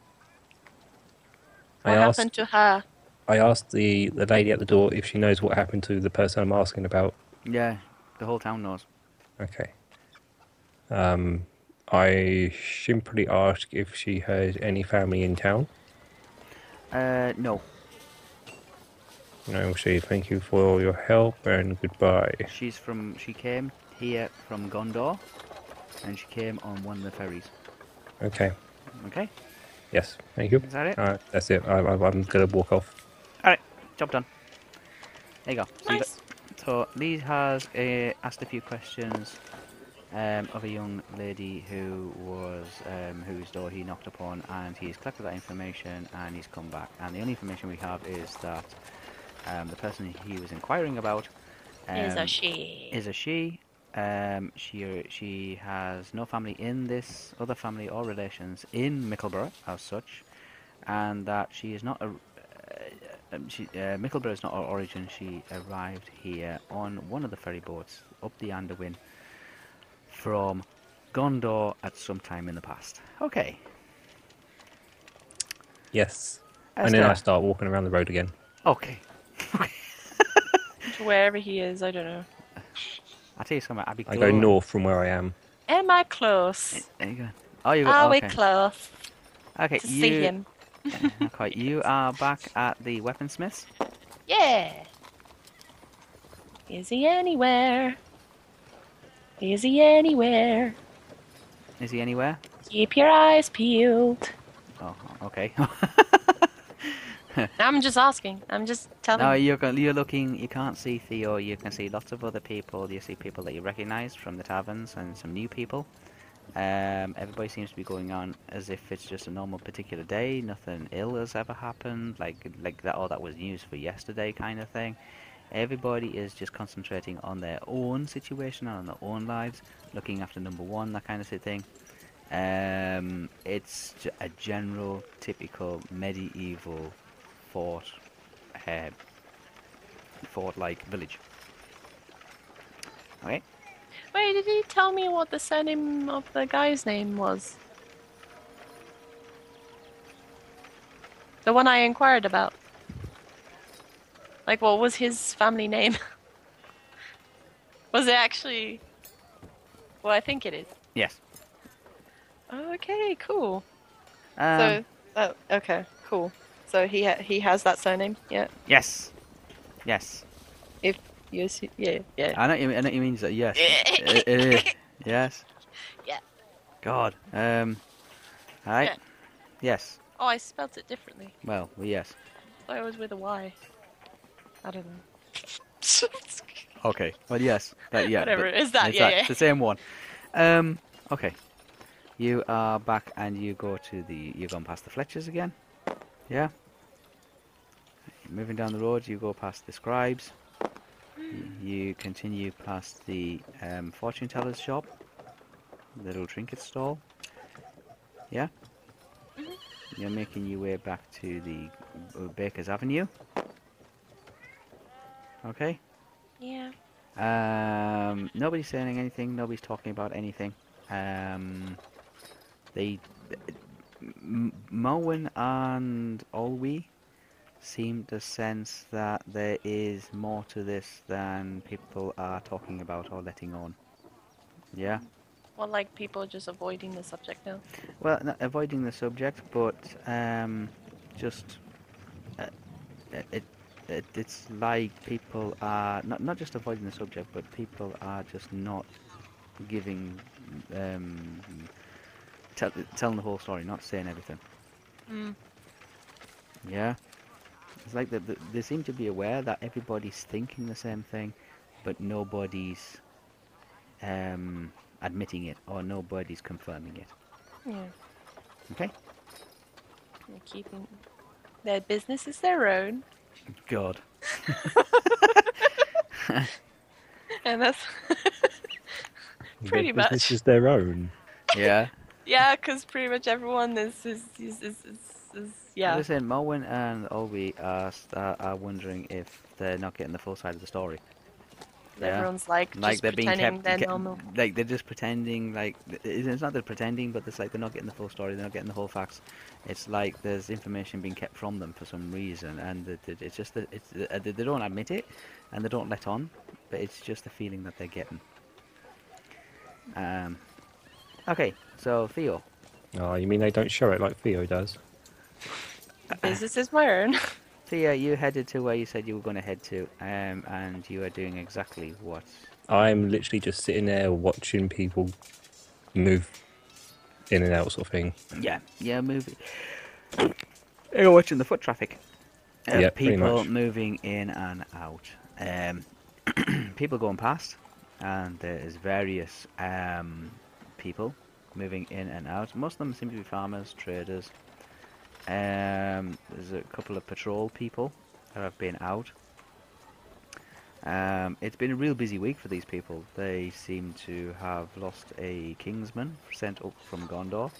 Speaker 2: What
Speaker 3: I asked,
Speaker 2: happened to her?
Speaker 3: I asked the, the lady at the door if she knows what happened to the person I'm asking about.
Speaker 1: Yeah, the whole town knows.
Speaker 3: Okay. Um, I simply ask if she has any family in town.
Speaker 1: Uh, no,
Speaker 3: And I will say thank you for your help and goodbye.
Speaker 1: she's from. She came here from Gondor, and she came on one of the ferries.
Speaker 3: Okay.
Speaker 1: Okay,
Speaker 3: Yes. Thank you.
Speaker 1: is that it?
Speaker 3: All right. That's it. I, I, I'm gonna walk off.
Speaker 1: All right, job done. There you go. So you got-
Speaker 2: Nice.
Speaker 1: So Lee has uh, asked a few questions um, of a young lady who was um, whose door he knocked upon, and he's collected that information and he's come back. And the only information we have is that um, the person he was inquiring about um,
Speaker 2: is a she.
Speaker 1: is a she. Um, she she has no family in this other family or relations in Mickleborough as such, and that she is not a. Uh, um, she, uh, Mickleborough is not her origin. She arrived here on one of the ferry boats up the Anderwin from Gondor at some time in the past. Okay.
Speaker 3: Yes. and then
Speaker 1: Esther.
Speaker 3: I start walking around the road again.
Speaker 1: Okay.
Speaker 2: To wherever he is, I don't know.
Speaker 1: I tell you something. I'd be.
Speaker 3: I go
Speaker 1: glo-
Speaker 3: north from where I am.
Speaker 2: Am I close?
Speaker 1: There you go. Oh, you
Speaker 2: Are
Speaker 1: okay.
Speaker 2: we Ah, close
Speaker 1: Okay,
Speaker 2: to
Speaker 1: you.
Speaker 2: see him?
Speaker 1: [LAUGHS] Okay, you are back at the weaponsmiths.
Speaker 2: Yeah. Is he anywhere? Is he anywhere?
Speaker 1: Is he anywhere?
Speaker 2: Keep your
Speaker 1: [LAUGHS]
Speaker 2: eyes peeled.
Speaker 1: Oh, okay. [LAUGHS]
Speaker 2: I'm just asking. I'm just telling.
Speaker 1: no, you're go- you're looking. You can't see Theo. You can see lots of other people. You see people that you recognise from the taverns and some new people. Um, everybody seems to be going on as if it's just a normal particular day. Nothing ill has ever happened. Like like that. All that was news for yesterday, kind of thing. Everybody is just concentrating on their own situation and on their own lives, looking after number one, that kind of si- thing. Um, it's j- a general, typical medieval fort, uh, fort-like village. Okay.
Speaker 2: Wait, did he tell me what the surname of the guy's name was? The one I inquired about. Like, what was his family name? [LAUGHS] was it actually. Well, I think it is.
Speaker 1: Yes.
Speaker 2: Okay, cool.
Speaker 1: Um,
Speaker 2: so, oh, okay, cool. So he ha- he has that surname, yeah.
Speaker 1: Yes. Yes.
Speaker 2: Yes, yeah, yeah. [LAUGHS]
Speaker 1: I know. What you, mean- I know what you mean. so Yes. Uh, uh, yes.
Speaker 4: Yeah.
Speaker 1: God. Um. All right.
Speaker 2: Yeah.
Speaker 1: Yes.
Speaker 2: Oh, I spelt it differently.
Speaker 1: Well, yes.
Speaker 2: I it was with a Y. I don't know. [LAUGHS]
Speaker 1: Okay. Well, yes. That, yeah.
Speaker 2: Whatever.
Speaker 1: but
Speaker 2: It's that,
Speaker 1: It's
Speaker 2: yeah,
Speaker 1: that.
Speaker 2: yeah.
Speaker 1: It's the same one. Um. Okay. You are back, and you go to the. You've gone past the Fletchers again. Yeah. Moving down the road, you go past the scribes.
Speaker 2: Hmm.
Speaker 1: You continue past the um, fortune teller's shop, the little trinket stall. Yeah.
Speaker 2: Mm-hmm.
Speaker 1: You're making your way back to the uh, Baker's Avenue. Okay.
Speaker 2: [LAUGHS] yeah.
Speaker 1: Um, nobody's saying anything. Nobody's talking about anything. Um, they, M- Moen and Olwe seem to sense that there is more to this than people are talking about or letting on. Yeah.
Speaker 2: Well, like people just avoiding the subject now.
Speaker 1: Well, not avoiding the subject, but um, just uh, it, it it's like people are not not just avoiding the subject, but people are just not giving um, tell, telling the whole story, not saying everything.
Speaker 2: Mm.
Speaker 1: Yeah, it's like that. The, they seem to be aware that everybody's thinking the same thing, but nobody's um, admitting it or nobody's confirming it.
Speaker 2: Yeah.
Speaker 1: Okay.
Speaker 2: They're keeping their business is their own, [LAUGHS]
Speaker 1: God.
Speaker 2: and that's [LAUGHS] Pretty
Speaker 3: Their business
Speaker 2: much.
Speaker 3: is their own.
Speaker 1: Yeah.
Speaker 2: yeah, because pretty much everyone is is is is, is, is yeah.
Speaker 1: Listen, Morwen and Olwe are, s- are are wondering if they're not getting the full side of the story. yeah.
Speaker 2: Everyone's like
Speaker 1: Like
Speaker 2: just
Speaker 1: they're being
Speaker 2: pretending
Speaker 1: kept,
Speaker 2: they're
Speaker 1: ke- [LAUGHS]
Speaker 2: normal.
Speaker 1: like they're just pretending. Like th- it- it's not they're pretending, but it's like they're not getting the full story. They're not getting the whole facts. It's like there's information being kept from them for some reason, and th- th- it's just that it's uh, they they don't admit it, and they don't let on, but it's just the feeling that they're getting. Um. Okay, so Theo.
Speaker 3: Oh, you mean they don't show it like Theo does?
Speaker 2: Business is my own. [LAUGHS]
Speaker 1: So yeah, you headed to where you said you were going to head to, um, and you are doing exactly what.
Speaker 3: I'm literally just sitting there watching people move in and out, sort of thing.
Speaker 1: Yeah, yeah, moving. You're watching the foot traffic. Uh,
Speaker 3: Yeah, pretty
Speaker 1: people
Speaker 3: much.
Speaker 1: moving in and out. Um, [CLEARS THROAT] people going past, and there is various um, people moving in and out. Most of them seem to be farmers, traders. Um, there's a couple of patrol people that have been out. Um, it's been a real busy week for these people. They seem to have lost a kingsman sent up from Gondor,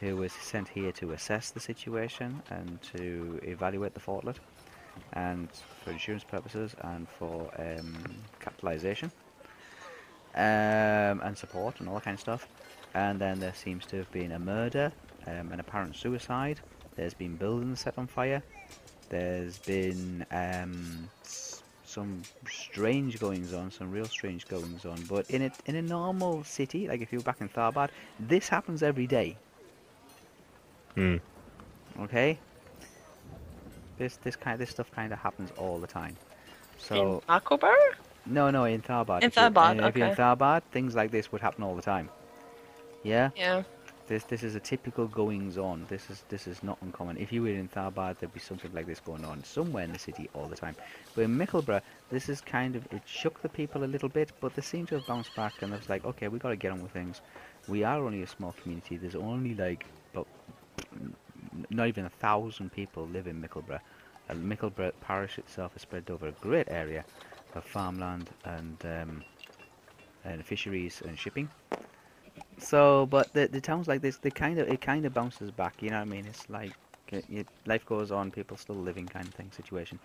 Speaker 1: who was sent here to assess the situation and to evaluate the fortlet, and for insurance purposes and for um, capitalization um, and support and all that kind of stuff. And then there seems to have been a murder, um, an apparent suicide. There's been buildings set on fire. There's been um, s- some strange goings on, some real strange goings on. But in a in a normal city, like if you were back in Tharbad, this happens every day.
Speaker 3: Hmm.
Speaker 1: Okay. This this kind this stuff kind of happens all the time. So
Speaker 2: In Akobar?
Speaker 1: no, no, in Tharbad.
Speaker 2: In
Speaker 1: If you're-
Speaker 2: Tharbad,
Speaker 1: uh, If you're in
Speaker 2: okay.
Speaker 1: Tharbad, things like this would happen all the time. Yeah,
Speaker 2: Yeah.
Speaker 1: this this is a typical goings on. This is this is not uncommon. If you were in Tharbad, there'd be something like this going on somewhere in the city all the time. But in Mickleborough, this is kind of it shook the people a little bit, but they seem to have bounced back and it was like, okay, we got to get on with things. We are only a small community. There's only like, but not even a thousand people live in Mickleborough. And Mickleborough parish itself is spread over a great area of farmland and um, and fisheries and shipping. So, but the the towns like this, they kind of it kind of bounces back. You know what I mean? It's like it, it, life goes on, people still living kind of thing situation.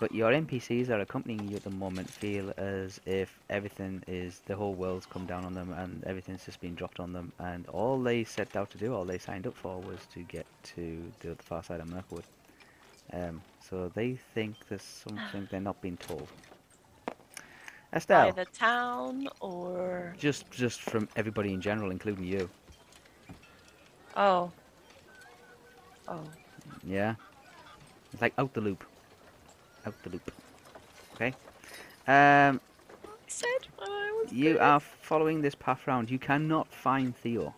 Speaker 1: But your NPCs that are accompanying you at the moment feel as if everything is the whole world's come down on them and everything's just been dropped on them. And all they set out to do, all they signed up for, was to get to the other far side of Mirkwood. Um, so they think there's something they're not being told. Estelle,
Speaker 2: Either town or
Speaker 1: just just from everybody in general, including you.
Speaker 2: oh. Oh.
Speaker 1: Yeah. It's like out the loop. Out the loop. Okay. Um
Speaker 2: said "Oh, I was
Speaker 1: You are following this path round. You cannot find Theo.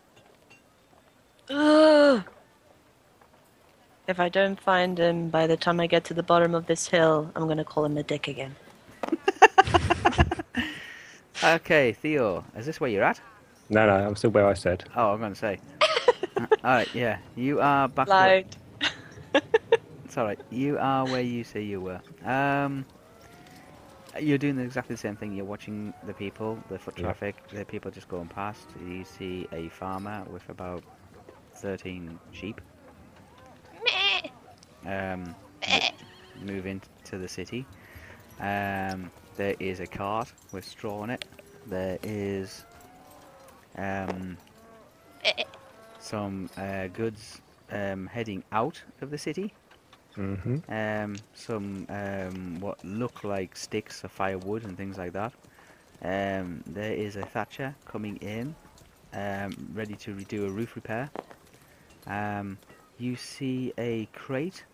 Speaker 2: Ugh. If I don't find him by the time I get to the bottom of this hill, I'm gonna call him a dick again.
Speaker 1: Okay, Theo, is this where you're at?
Speaker 3: No, no, I'm still where I said.
Speaker 1: Oh, I'm going to say. Alright, yeah. You are back. where-
Speaker 2: Lied.
Speaker 1: It's alright. You are where you say you were. Um, you're doing exactly the same thing. You're watching the people, the foot
Speaker 3: Yeah.
Speaker 1: traffic, the people just going past. You see a farmer with about 13 sheep. Um, mo- move into the city. Um, there is a cart with straw on it. There is um, some uh, goods um, heading out of the city
Speaker 3: Mm-hmm.
Speaker 1: um, some um, what look like sticks of firewood and things like that. Um, there is a thatcher coming in, um, ready to redo a roof repair. Um, you see a crate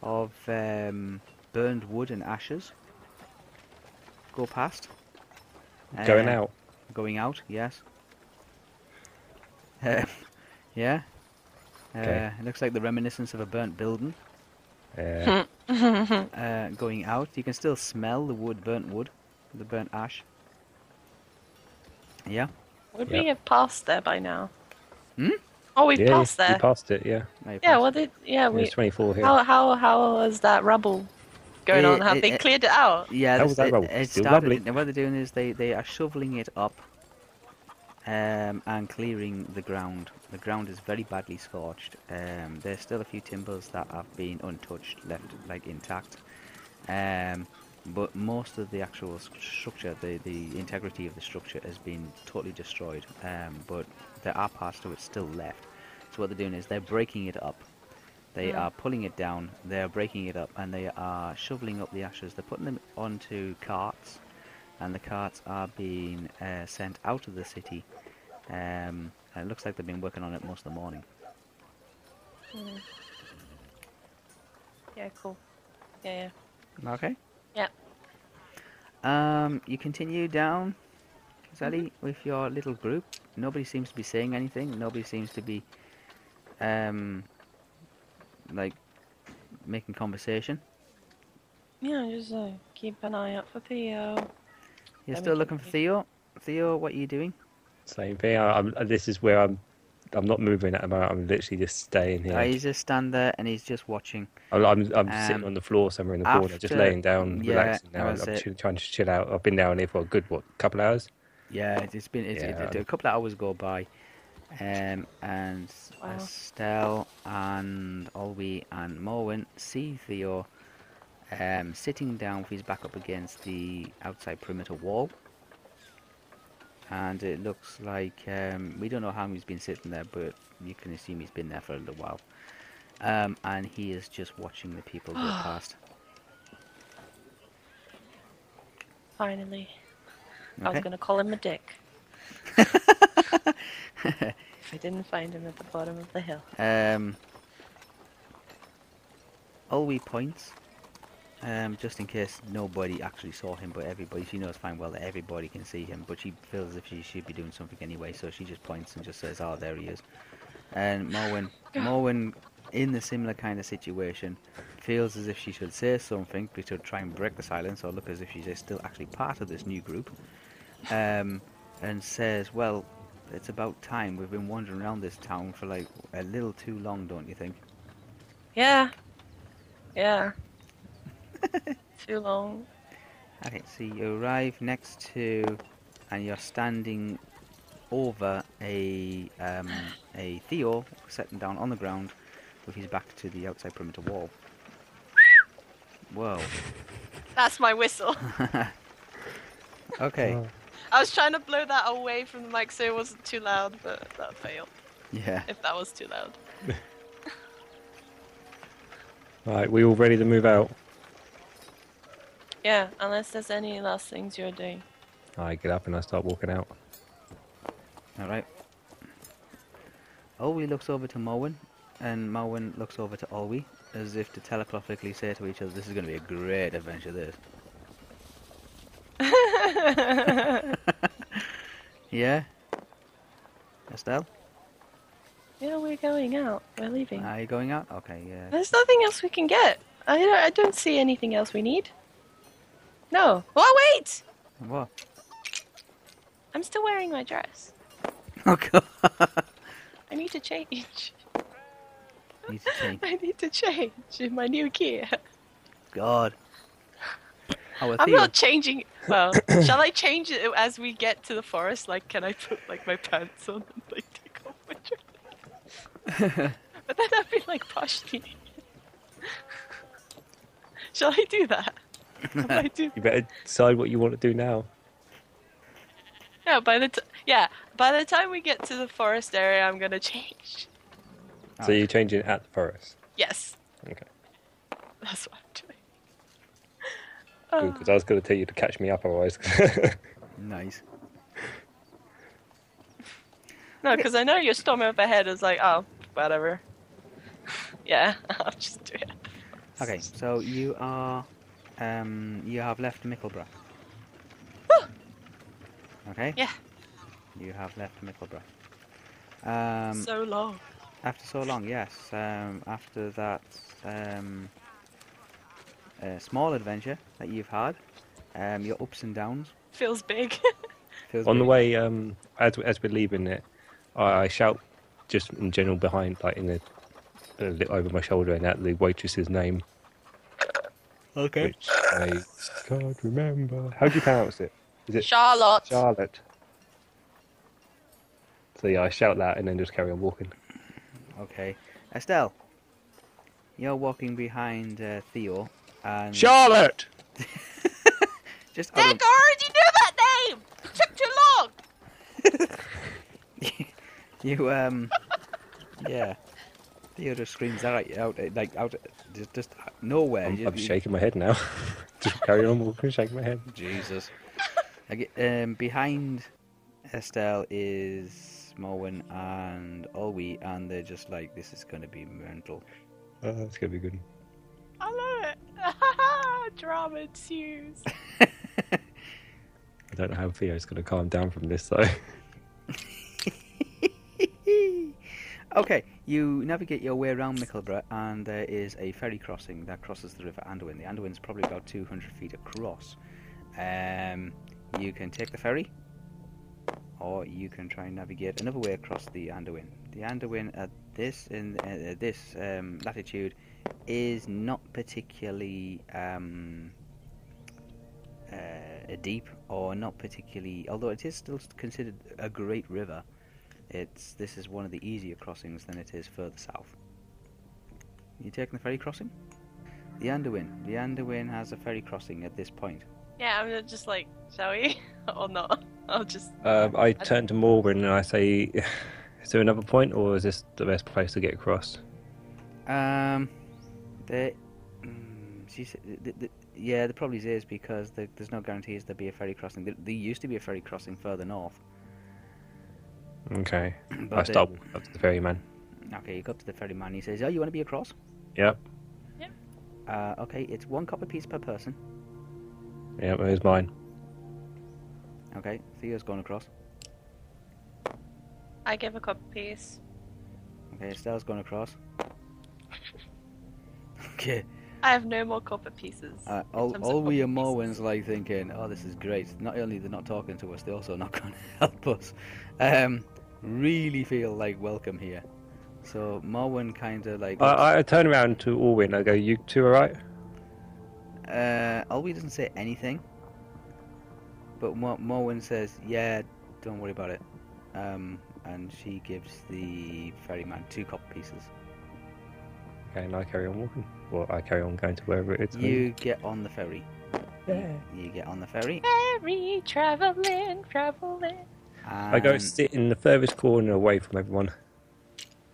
Speaker 1: of um, burned wood and ashes go past.
Speaker 2: Oh,
Speaker 3: Going
Speaker 1: Um,
Speaker 2: [LAUGHS]
Speaker 3: out.
Speaker 1: Going out, yes.
Speaker 3: [LAUGHS]
Speaker 1: Um, [LAUGHS] yeah.
Speaker 3: Okay.
Speaker 1: Uh, it looks like the reminiscence of a burnt building
Speaker 3: Yeah.
Speaker 1: uh, going out. You can still smell the wood, burnt wood, the burnt ash. Yeah,
Speaker 2: Would
Speaker 3: Yep.
Speaker 2: we have passed there by now?
Speaker 1: Hmm?
Speaker 2: Oh, we
Speaker 3: yeah,
Speaker 2: passed
Speaker 3: you
Speaker 2: there.
Speaker 3: passed it. Yeah,
Speaker 1: no, you
Speaker 2: yeah.
Speaker 1: passed.
Speaker 2: What did? Yeah. We.
Speaker 3: it's 24 here.
Speaker 2: How how how was that rubble going
Speaker 1: Eh,
Speaker 2: on? Have
Speaker 1: eh,
Speaker 2: they
Speaker 1: eh.
Speaker 2: cleared it out?
Speaker 1: yeah.
Speaker 3: How
Speaker 1: this-
Speaker 3: was that
Speaker 1: it,
Speaker 3: roll?
Speaker 1: it
Speaker 3: Still
Speaker 1: started,
Speaker 3: lovely.
Speaker 1: and What they're doing is they they are shoveling it up, um, and clearing the ground. The ground is very badly scorched. Um, there's still a few timbers that have been untouched, left like intact. Um, but most of the actual s- structure, the, the integrity of the structure has been totally destroyed. Um, but there are parts to it still left. So what they're doing is they're breaking it up. They
Speaker 2: Mm.
Speaker 1: are pulling it down. They are breaking it up, and they are shoveling up the ashes. They're putting them onto carts, and the carts are being uh, sent out of the city. Um, and it looks like they've been working on it most of the morning.
Speaker 2: Yeah. Cool. Yeah.
Speaker 1: Okay.
Speaker 2: Yeah.
Speaker 1: Um, you continue down, Sally,
Speaker 2: Mm-hmm.
Speaker 1: with your little group. Nobody seems to be saying anything. Nobody seems to be, um, like making conversation.
Speaker 2: Yeah. Yeah. Just uh, keep an eye out for Theo.
Speaker 1: You're
Speaker 2: Let me
Speaker 1: still looking for Theo. Theo, what are you doing?
Speaker 3: Same thing. I, I'm, uh, this is where I'm. I'm not moving at the moment. I'm literally just staying here.
Speaker 1: Uh, he's just stand there and he's just watching.
Speaker 3: I'm, I'm, I'm
Speaker 1: Um,
Speaker 3: sitting on the floor somewhere in the corner, just
Speaker 1: after-
Speaker 3: laying down,
Speaker 1: yeah,
Speaker 3: relaxing now. I'm
Speaker 1: that's it.
Speaker 3: chill- trying to chill out. I've been down here for a good what couple hours.
Speaker 1: Yeah, it- it's been it's, it,
Speaker 3: Yeah.
Speaker 1: a couple of hours go by, um, and s-
Speaker 2: Wow.
Speaker 1: Estelle and Olwe and Morwen see Theo um, sitting down with his back up against the outside perimeter wall, and it looks like um, we don't know how long he's been sitting there, but you can assume he's been there for a little while, um, and he is just watching the people go past.
Speaker 2: Finally. I was
Speaker 1: Okay.
Speaker 2: gonna call him a dick. if I didn't find him at the bottom of the hill.
Speaker 1: Um, Olwe points, um, just in case nobody actually saw him, but everybody, she knows fine well that everybody can see him, but she feels as if she should be doing something anyway, so she just points and just says, oh, there he is. And Morwen, Morwen, in the similar kind of situation, feels as if she should say something, but should try and break the silence, or look as if she's still actually part of this new group, um, and says, well, it's about time. We've been wandering around this town for like a little too long, don't you think?
Speaker 2: Yeah. Yeah. Too long.
Speaker 1: Okay, so you arrive next to, and you're standing over a um, a Theo sitting down on the ground with his back to the outside perimeter wall. Whoa.
Speaker 2: That's my whistle.
Speaker 1: Okay.
Speaker 3: Oh.
Speaker 2: I was trying to blow that away from the mic so it wasn't too loud, but that failed.
Speaker 1: Yeah.
Speaker 2: If that was too loud.
Speaker 3: Right, we all ready to move out.
Speaker 2: Yeah, unless there's any last things you're [LAUGHS] doing.
Speaker 3: I get up and I start walking out.
Speaker 1: All right. Olwe looks over to Mowen, and Mowen looks over to Olwe, as if to telepathically say to each other, "This is going to be a great adventure." This. [LAUGHS] Yeah. Estelle,
Speaker 2: Yeah, we're going out. We're leaving.
Speaker 1: are you going out? Okay, yeah.
Speaker 2: There's nothing else we can get. I don't, I don't see anything else we need. No. Oh, wait!
Speaker 1: What?
Speaker 2: I'm still wearing my dress.
Speaker 1: [LAUGHS] Oh [LAUGHS] god.
Speaker 2: I need to change.
Speaker 1: Need to change.
Speaker 2: [LAUGHS] I need to change in my new gear.
Speaker 1: God. Oh, Our
Speaker 2: I'm
Speaker 1: theme. [LAUGHS]
Speaker 2: not changing. Well, shall I change it as we get to the forest? Like, can I put like my pants on and like take off my dress? but then I'd be like partially. [LAUGHS] shall I do that? Can I do
Speaker 3: [LAUGHS] You better decide what you want to do now.
Speaker 2: No, by the t- yeah, by the time we get to the forest area, I'm gonna change.
Speaker 1: Ah.
Speaker 3: So you're changing it at the forest.
Speaker 2: Yes,
Speaker 3: Okay.
Speaker 2: that's what I'm
Speaker 3: Good,
Speaker 1: Ah.
Speaker 2: doing.
Speaker 3: because I was going to tell you to catch me up otherwise. [LAUGHS]
Speaker 1: Nice.
Speaker 2: Oh, no, because I know your storm overhead is like, oh, whatever. yeah, [LAUGHS] I'll just do it.
Speaker 1: Okay, so you are, um, you have left Mickleborough. okay.
Speaker 2: Yeah.
Speaker 1: You have left Mickleborough. Um,
Speaker 2: so long.
Speaker 1: after so long, yes. Um, after that um, uh, small adventure that you've had, um, your ups and downs.
Speaker 2: Feels big. [LAUGHS]
Speaker 1: feels
Speaker 3: On the
Speaker 1: really-
Speaker 3: way, um, as as we're leaving it, I shout just in general behind, like in the a li- over my shoulder, and out the waitress's name,
Speaker 1: Okay.
Speaker 3: which I can't remember. How do you pronounce it? Is it
Speaker 2: Charlotte.
Speaker 3: Charlotte? So yeah, I shout that and then just carry on walking.
Speaker 1: Okay. Estelle, you're walking behind uh, Theo, and
Speaker 3: Charlotte.
Speaker 1: just out of-
Speaker 2: Nick, I already knew that name. It took too long.
Speaker 1: You um, yeah. Theo just screams out, out like out, just just nowhere.
Speaker 3: I'm,
Speaker 1: You-
Speaker 3: I'm
Speaker 1: you-
Speaker 3: shaking my head now. [LAUGHS] just carry on walking, shaking my head.
Speaker 1: Jesus. Ag- um, behind Estelle is Moen and Olwe, and they're just like, this is going to be mental.
Speaker 3: Oh, that's gonna be good.
Speaker 2: I love it. [LAUGHS] Drama ensues.
Speaker 3: I don't know how Theo's gonna calm down from this though.
Speaker 1: [LAUGHS] okay, you navigate your way around Mickleborough, and there is a ferry crossing that crosses the River Anduin. The Anduin's probably about 200 feet across. Um, you can take the ferry, or you can try and navigate another way across the Anduin. The Anduin at this in uh, this um, latitude is not particularly um, uh, deep, or not particularly. Although it is still considered a great river, it's this is one of the easier crossings than it is further south. You taking the ferry crossing? The Anduin. The Anduin has a ferry crossing at this point.
Speaker 2: Yeah, I'm just like, shall we [LAUGHS] or not? I'll just
Speaker 3: Um, I turn to Morwen and I say, "Is there another point, or is this the best place to get across?"
Speaker 1: Um, the, mm, she said, the, the, yeah, the probably is because the, there's no guarantees there'll be a ferry crossing. There, there used to be a ferry crossing further north. [CLEARS THROAT]
Speaker 3: Okay.
Speaker 1: But
Speaker 3: I
Speaker 1: the-
Speaker 3: start walking up to the ferryman.
Speaker 1: Okay, you go up to the ferryman. He says, "Oh, you want to be across?"
Speaker 3: Yep.
Speaker 1: Uh, okay, it's one copper piece per person.
Speaker 3: Yep. There's mine.
Speaker 1: Okay, Theo's going across.
Speaker 2: I give a copper piece.
Speaker 1: Okay, Estelle's going across. okay.
Speaker 2: I have no more copper pieces.
Speaker 1: Uh, all,
Speaker 2: terms of
Speaker 1: all we
Speaker 2: copy
Speaker 1: and
Speaker 2: paste.
Speaker 1: Morwen's like thinking, oh, this is great. Not only they're not talking to us, they're also [LAUGHS] not going to help us. Um, really feel like welcome here. So Morwen kind of like,
Speaker 3: I, I turn around to Orwin. I go, "You two all right?"
Speaker 1: uh, Olwe doesn't say anything, but Mo- Morwen says, yeah, don't worry about it. Um, and she gives the ferryman two copper pieces.
Speaker 3: Okay, and I carry on walking. Well, I carry on going to wherever it is.
Speaker 1: You get on the ferry.
Speaker 3: Yeah.
Speaker 1: You get on the ferry.
Speaker 2: Ferry traveling, traveling.
Speaker 1: And
Speaker 3: I go sit in the furthest corner away from everyone.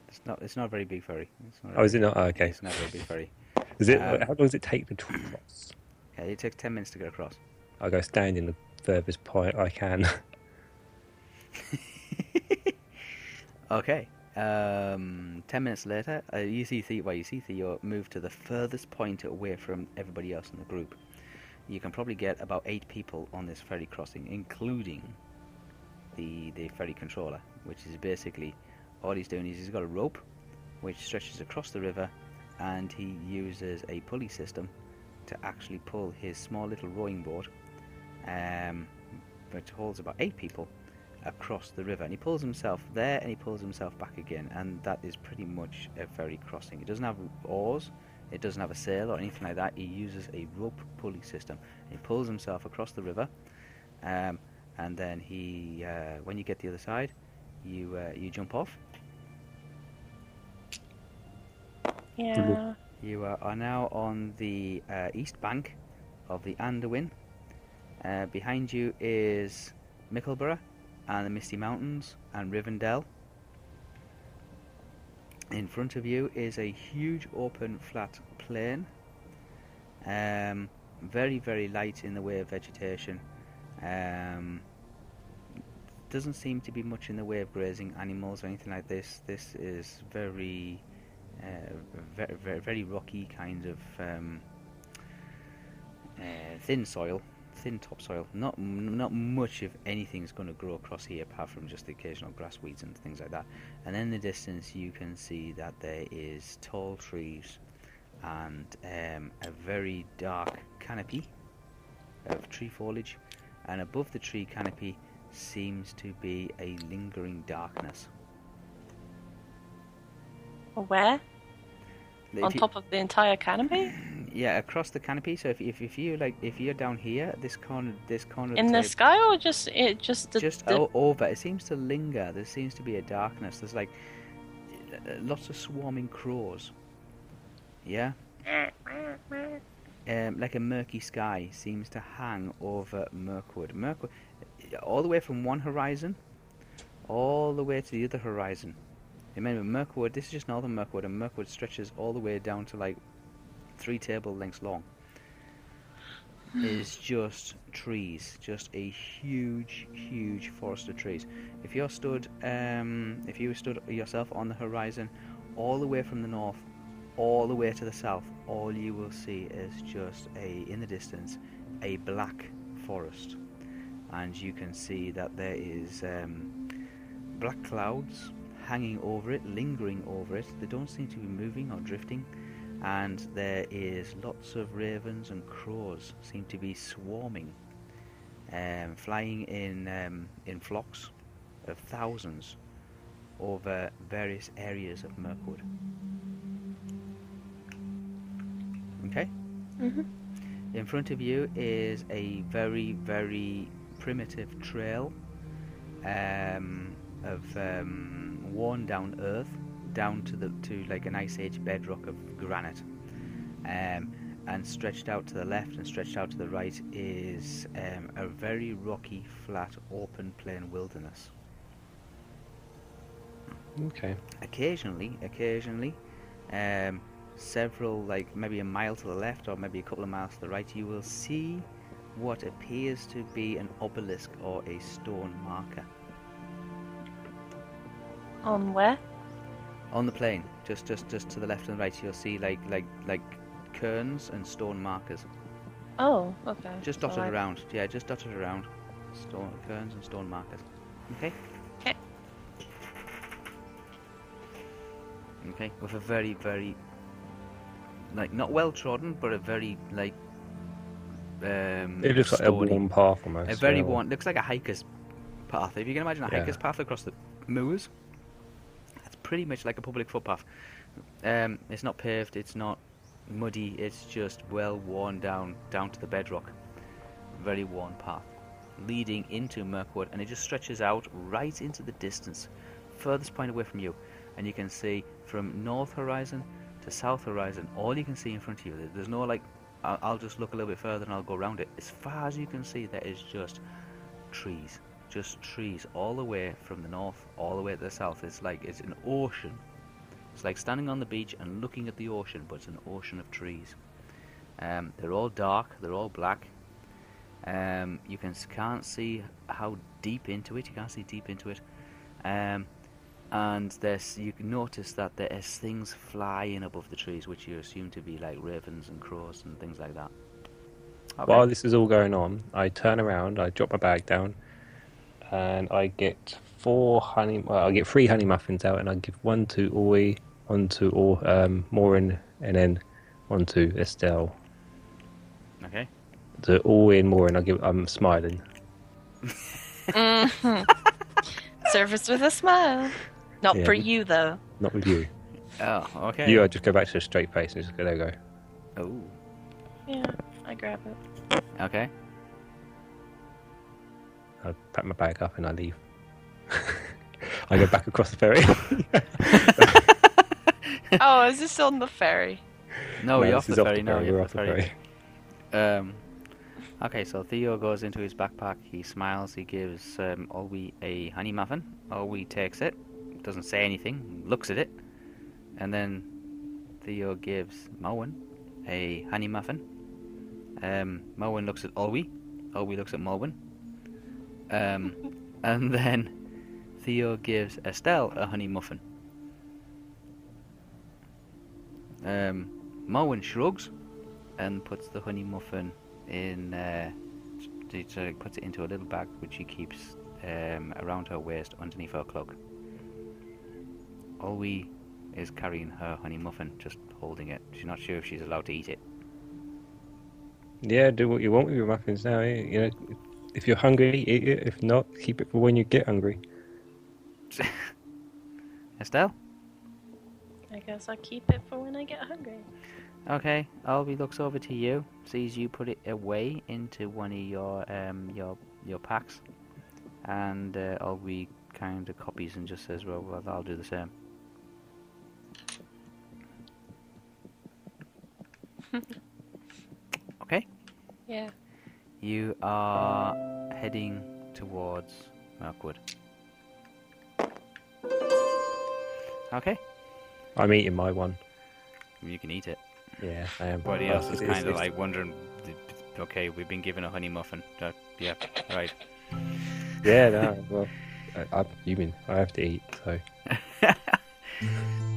Speaker 1: It's not. It's not a very big ferry. It's not a
Speaker 3: Oh, is
Speaker 1: very-
Speaker 3: it not? Oh, okay.
Speaker 1: It's not a very big ferry.
Speaker 3: Is it?
Speaker 1: Um,
Speaker 3: how long does it take between cross?
Speaker 1: Yeah, it takes 10 minutes to get across.
Speaker 3: I go stand in the furthest point I can.
Speaker 1: [LAUGHS] Okay. Um, 10 minutes later, uh, you see Theo, well, you see Theo move to the furthest point away from everybody else in the group. you can probably get about eight people on this ferry crossing, including the the ferry controller, which is basically all he's doing is he's got a rope which stretches across the river, and he uses a pulley system to actually pull his small little rowing board, um, which holds about eight people, across the river. And he pulls himself there, and he pulls himself back again, and that is pretty much a ferry crossing. It doesn't have oars. It doesn't have a sail or anything like that. He uses a rope pulley system. He pulls himself across the river, um, and then he, uh, when you get the other side, you uh, you jump off.
Speaker 2: Yeah.
Speaker 1: You uh, are now on the uh, east bank of the Anderwin. Uh, behind you is Mickleborough and the Misty Mountains and Rivendell. In front of you is a huge open flat plain. Um, very, very light in the way of vegetation. Um, doesn't seem to be much in the way of grazing animals or anything like this. This is very uh, very, very, very rocky kind of um, uh, thin soil, thin topsoil. Not m- not much of anything's going to grow across here, apart from just the occasional grass weeds and things like that. And in the distance, you can see that there is tall trees and um, a very dark canopy of tree foliage. And above the tree canopy seems to be a lingering darkness.
Speaker 2: Where?
Speaker 1: If
Speaker 2: On
Speaker 1: you-
Speaker 2: top of the entire canopy?
Speaker 1: Yeah, across the canopy. So if if, if you like, if you're down here, this corner, this corner of
Speaker 2: In
Speaker 1: the
Speaker 2: the
Speaker 1: table-
Speaker 2: sky or just it just the,
Speaker 1: just
Speaker 2: the-
Speaker 1: o- over, it seems to linger. There seems to be a darkness. There's like uh, lots of swarming crows. Yeah, um, like a murky sky seems to hang over Mirkwood. Mirkwood, uh, all the way from one horizon, all the way to the other horizon. Remember, Mirkwood. This is just northern Mirkwood, and Mirkwood stretches all the way down to like three table lengths long is just trees, just a huge, huge forest of trees. If you're stood, um, if you stood yourself on the horizon, all the way from the north, all the way to the south, all you will see is just a, in the distance, a black forest, and you can see that there is um, black clouds hanging over it, lingering over it. They don't seem to be moving or drifting and there is lots of ravens and crows seem to be swarming, um, flying in um, in flocks of thousands over various areas of Mirkwood. Okay.
Speaker 2: Mm-hmm.
Speaker 1: In front of you is a very very primitive trail um, of um, worn down earth down to the to like an ice age bedrock of granite um, and stretched out to the left and stretched out to the right is um, a very rocky flat open plain wilderness
Speaker 3: Okay.
Speaker 1: occasionally occasionally um, several like maybe a mile to the left or maybe a couple of miles to the right you will see what appears to be an obelisk or a stone marker
Speaker 2: on where?
Speaker 1: on the plane, just just just to the left and right, you'll see like like like cairns and stone markers,
Speaker 2: Oh, okay.
Speaker 1: just
Speaker 2: so
Speaker 1: dotted
Speaker 2: I-
Speaker 1: around. Yeah, just dotted around, stone cairns and stone markers. Okay.
Speaker 2: 'Kay.
Speaker 1: Okay, with a very very like not well trodden, but a very like um.
Speaker 3: [LAUGHS] It looks like a
Speaker 1: stony-
Speaker 3: warm path almost.
Speaker 1: a very
Speaker 3: yeah.
Speaker 1: worn. Looks like a hiker's path. If you can imagine a
Speaker 3: Yeah.
Speaker 1: hiker's path across the moors, that's pretty much like a public footpath. Um, it's not paved. It's not muddy. It's just well worn down, down to the bedrock. Very worn path, leading into Mirkwood, and it just stretches out right into the distance, furthest point away from you, and you can see from north horizon to south horizon. All you can see in front of you. There- There's no like. I'll, I'll just look a little bit further and I'll go around it. As far as you can see, there is just trees, just trees all the way from the north, all the way to the south. It's like it's an ocean. It's like standing on the beach and looking at the ocean, but it's an ocean of trees. Um, they're all dark, they're all black. Um, you can s- can't see how deep into it. You can't see deep into it. Um, and there's you can notice that there is things flying above the trees, which you assume to be like ravens and crows and things like that.
Speaker 3: While this is all going on, I turn around, I drop my bag down, and I get four honey. Well, I get three honey muffins out, and I give one to Oi, one to or um, Morin, and then one to Estelle.
Speaker 1: Okay.
Speaker 3: To Oi and Morin, I give. I'm smiling.
Speaker 2: [LAUGHS] Service Mm-hmm. with a smile. Not
Speaker 3: Yeah.
Speaker 2: for you though.
Speaker 3: Not with you.
Speaker 1: Oh, okay.
Speaker 3: You, I just go back to a straight face and just go. There we go.
Speaker 1: Oh,
Speaker 2: Yeah, I grab it.
Speaker 3: [LAUGHS]
Speaker 1: okay. [LAUGHS]
Speaker 3: I pack my bag up and I leave. [LAUGHS] I go back across the ferry. [LAUGHS]
Speaker 2: oh, is this on the ferry?
Speaker 1: [LAUGHS] No, you're
Speaker 3: this
Speaker 1: off the
Speaker 3: is
Speaker 1: ferry now.
Speaker 3: We're
Speaker 1: You're
Speaker 3: off the ferry.
Speaker 1: Um, okay, so Theo goes into his backpack. He smiles. He gives um, Olwe a honey muffin. Olwe takes it, doesn't say anything, looks at it, and then Theo gives Moen a honey muffin. Um, Moen looks at Olwe. Olwe looks at Moen. Um, and then Theo gives Estelle a honey muffin. Um, Moen shrugs and puts the honey muffin in. Uh, t- t- uh, puts it into a little bag which she keeps um, around her waist underneath her cloak. Olwe is carrying her honey muffin, just holding it. She's not sure if she's allowed to eat it.
Speaker 3: Yeah, do what you want with your muffins now. eh? You know, if you're hungry, eat it. If not, keep it for when you get hungry.
Speaker 1: Estelle?
Speaker 2: I guess I'll keep it for when I get hungry.
Speaker 1: Okay, Olwe looks over to you, sees you put it away into one of your um, your your packs, and uh, Olwe kind of copies and just says, "Well, well, I'll do the same." okay,
Speaker 2: Yeah.
Speaker 1: you are heading towards Mirkwood. Okay,
Speaker 3: I'm eating my one.
Speaker 1: you can eat it.
Speaker 3: Yeah, I am.
Speaker 1: Everybody
Speaker 3: Oh,
Speaker 1: else is
Speaker 3: it's-
Speaker 1: kind of
Speaker 3: it's-
Speaker 1: like wondering, d- d- okay, we've been given a honey muffin. Uh, yeah, right.
Speaker 3: Yeah, no. Well, I, I'm human. I have to eat. So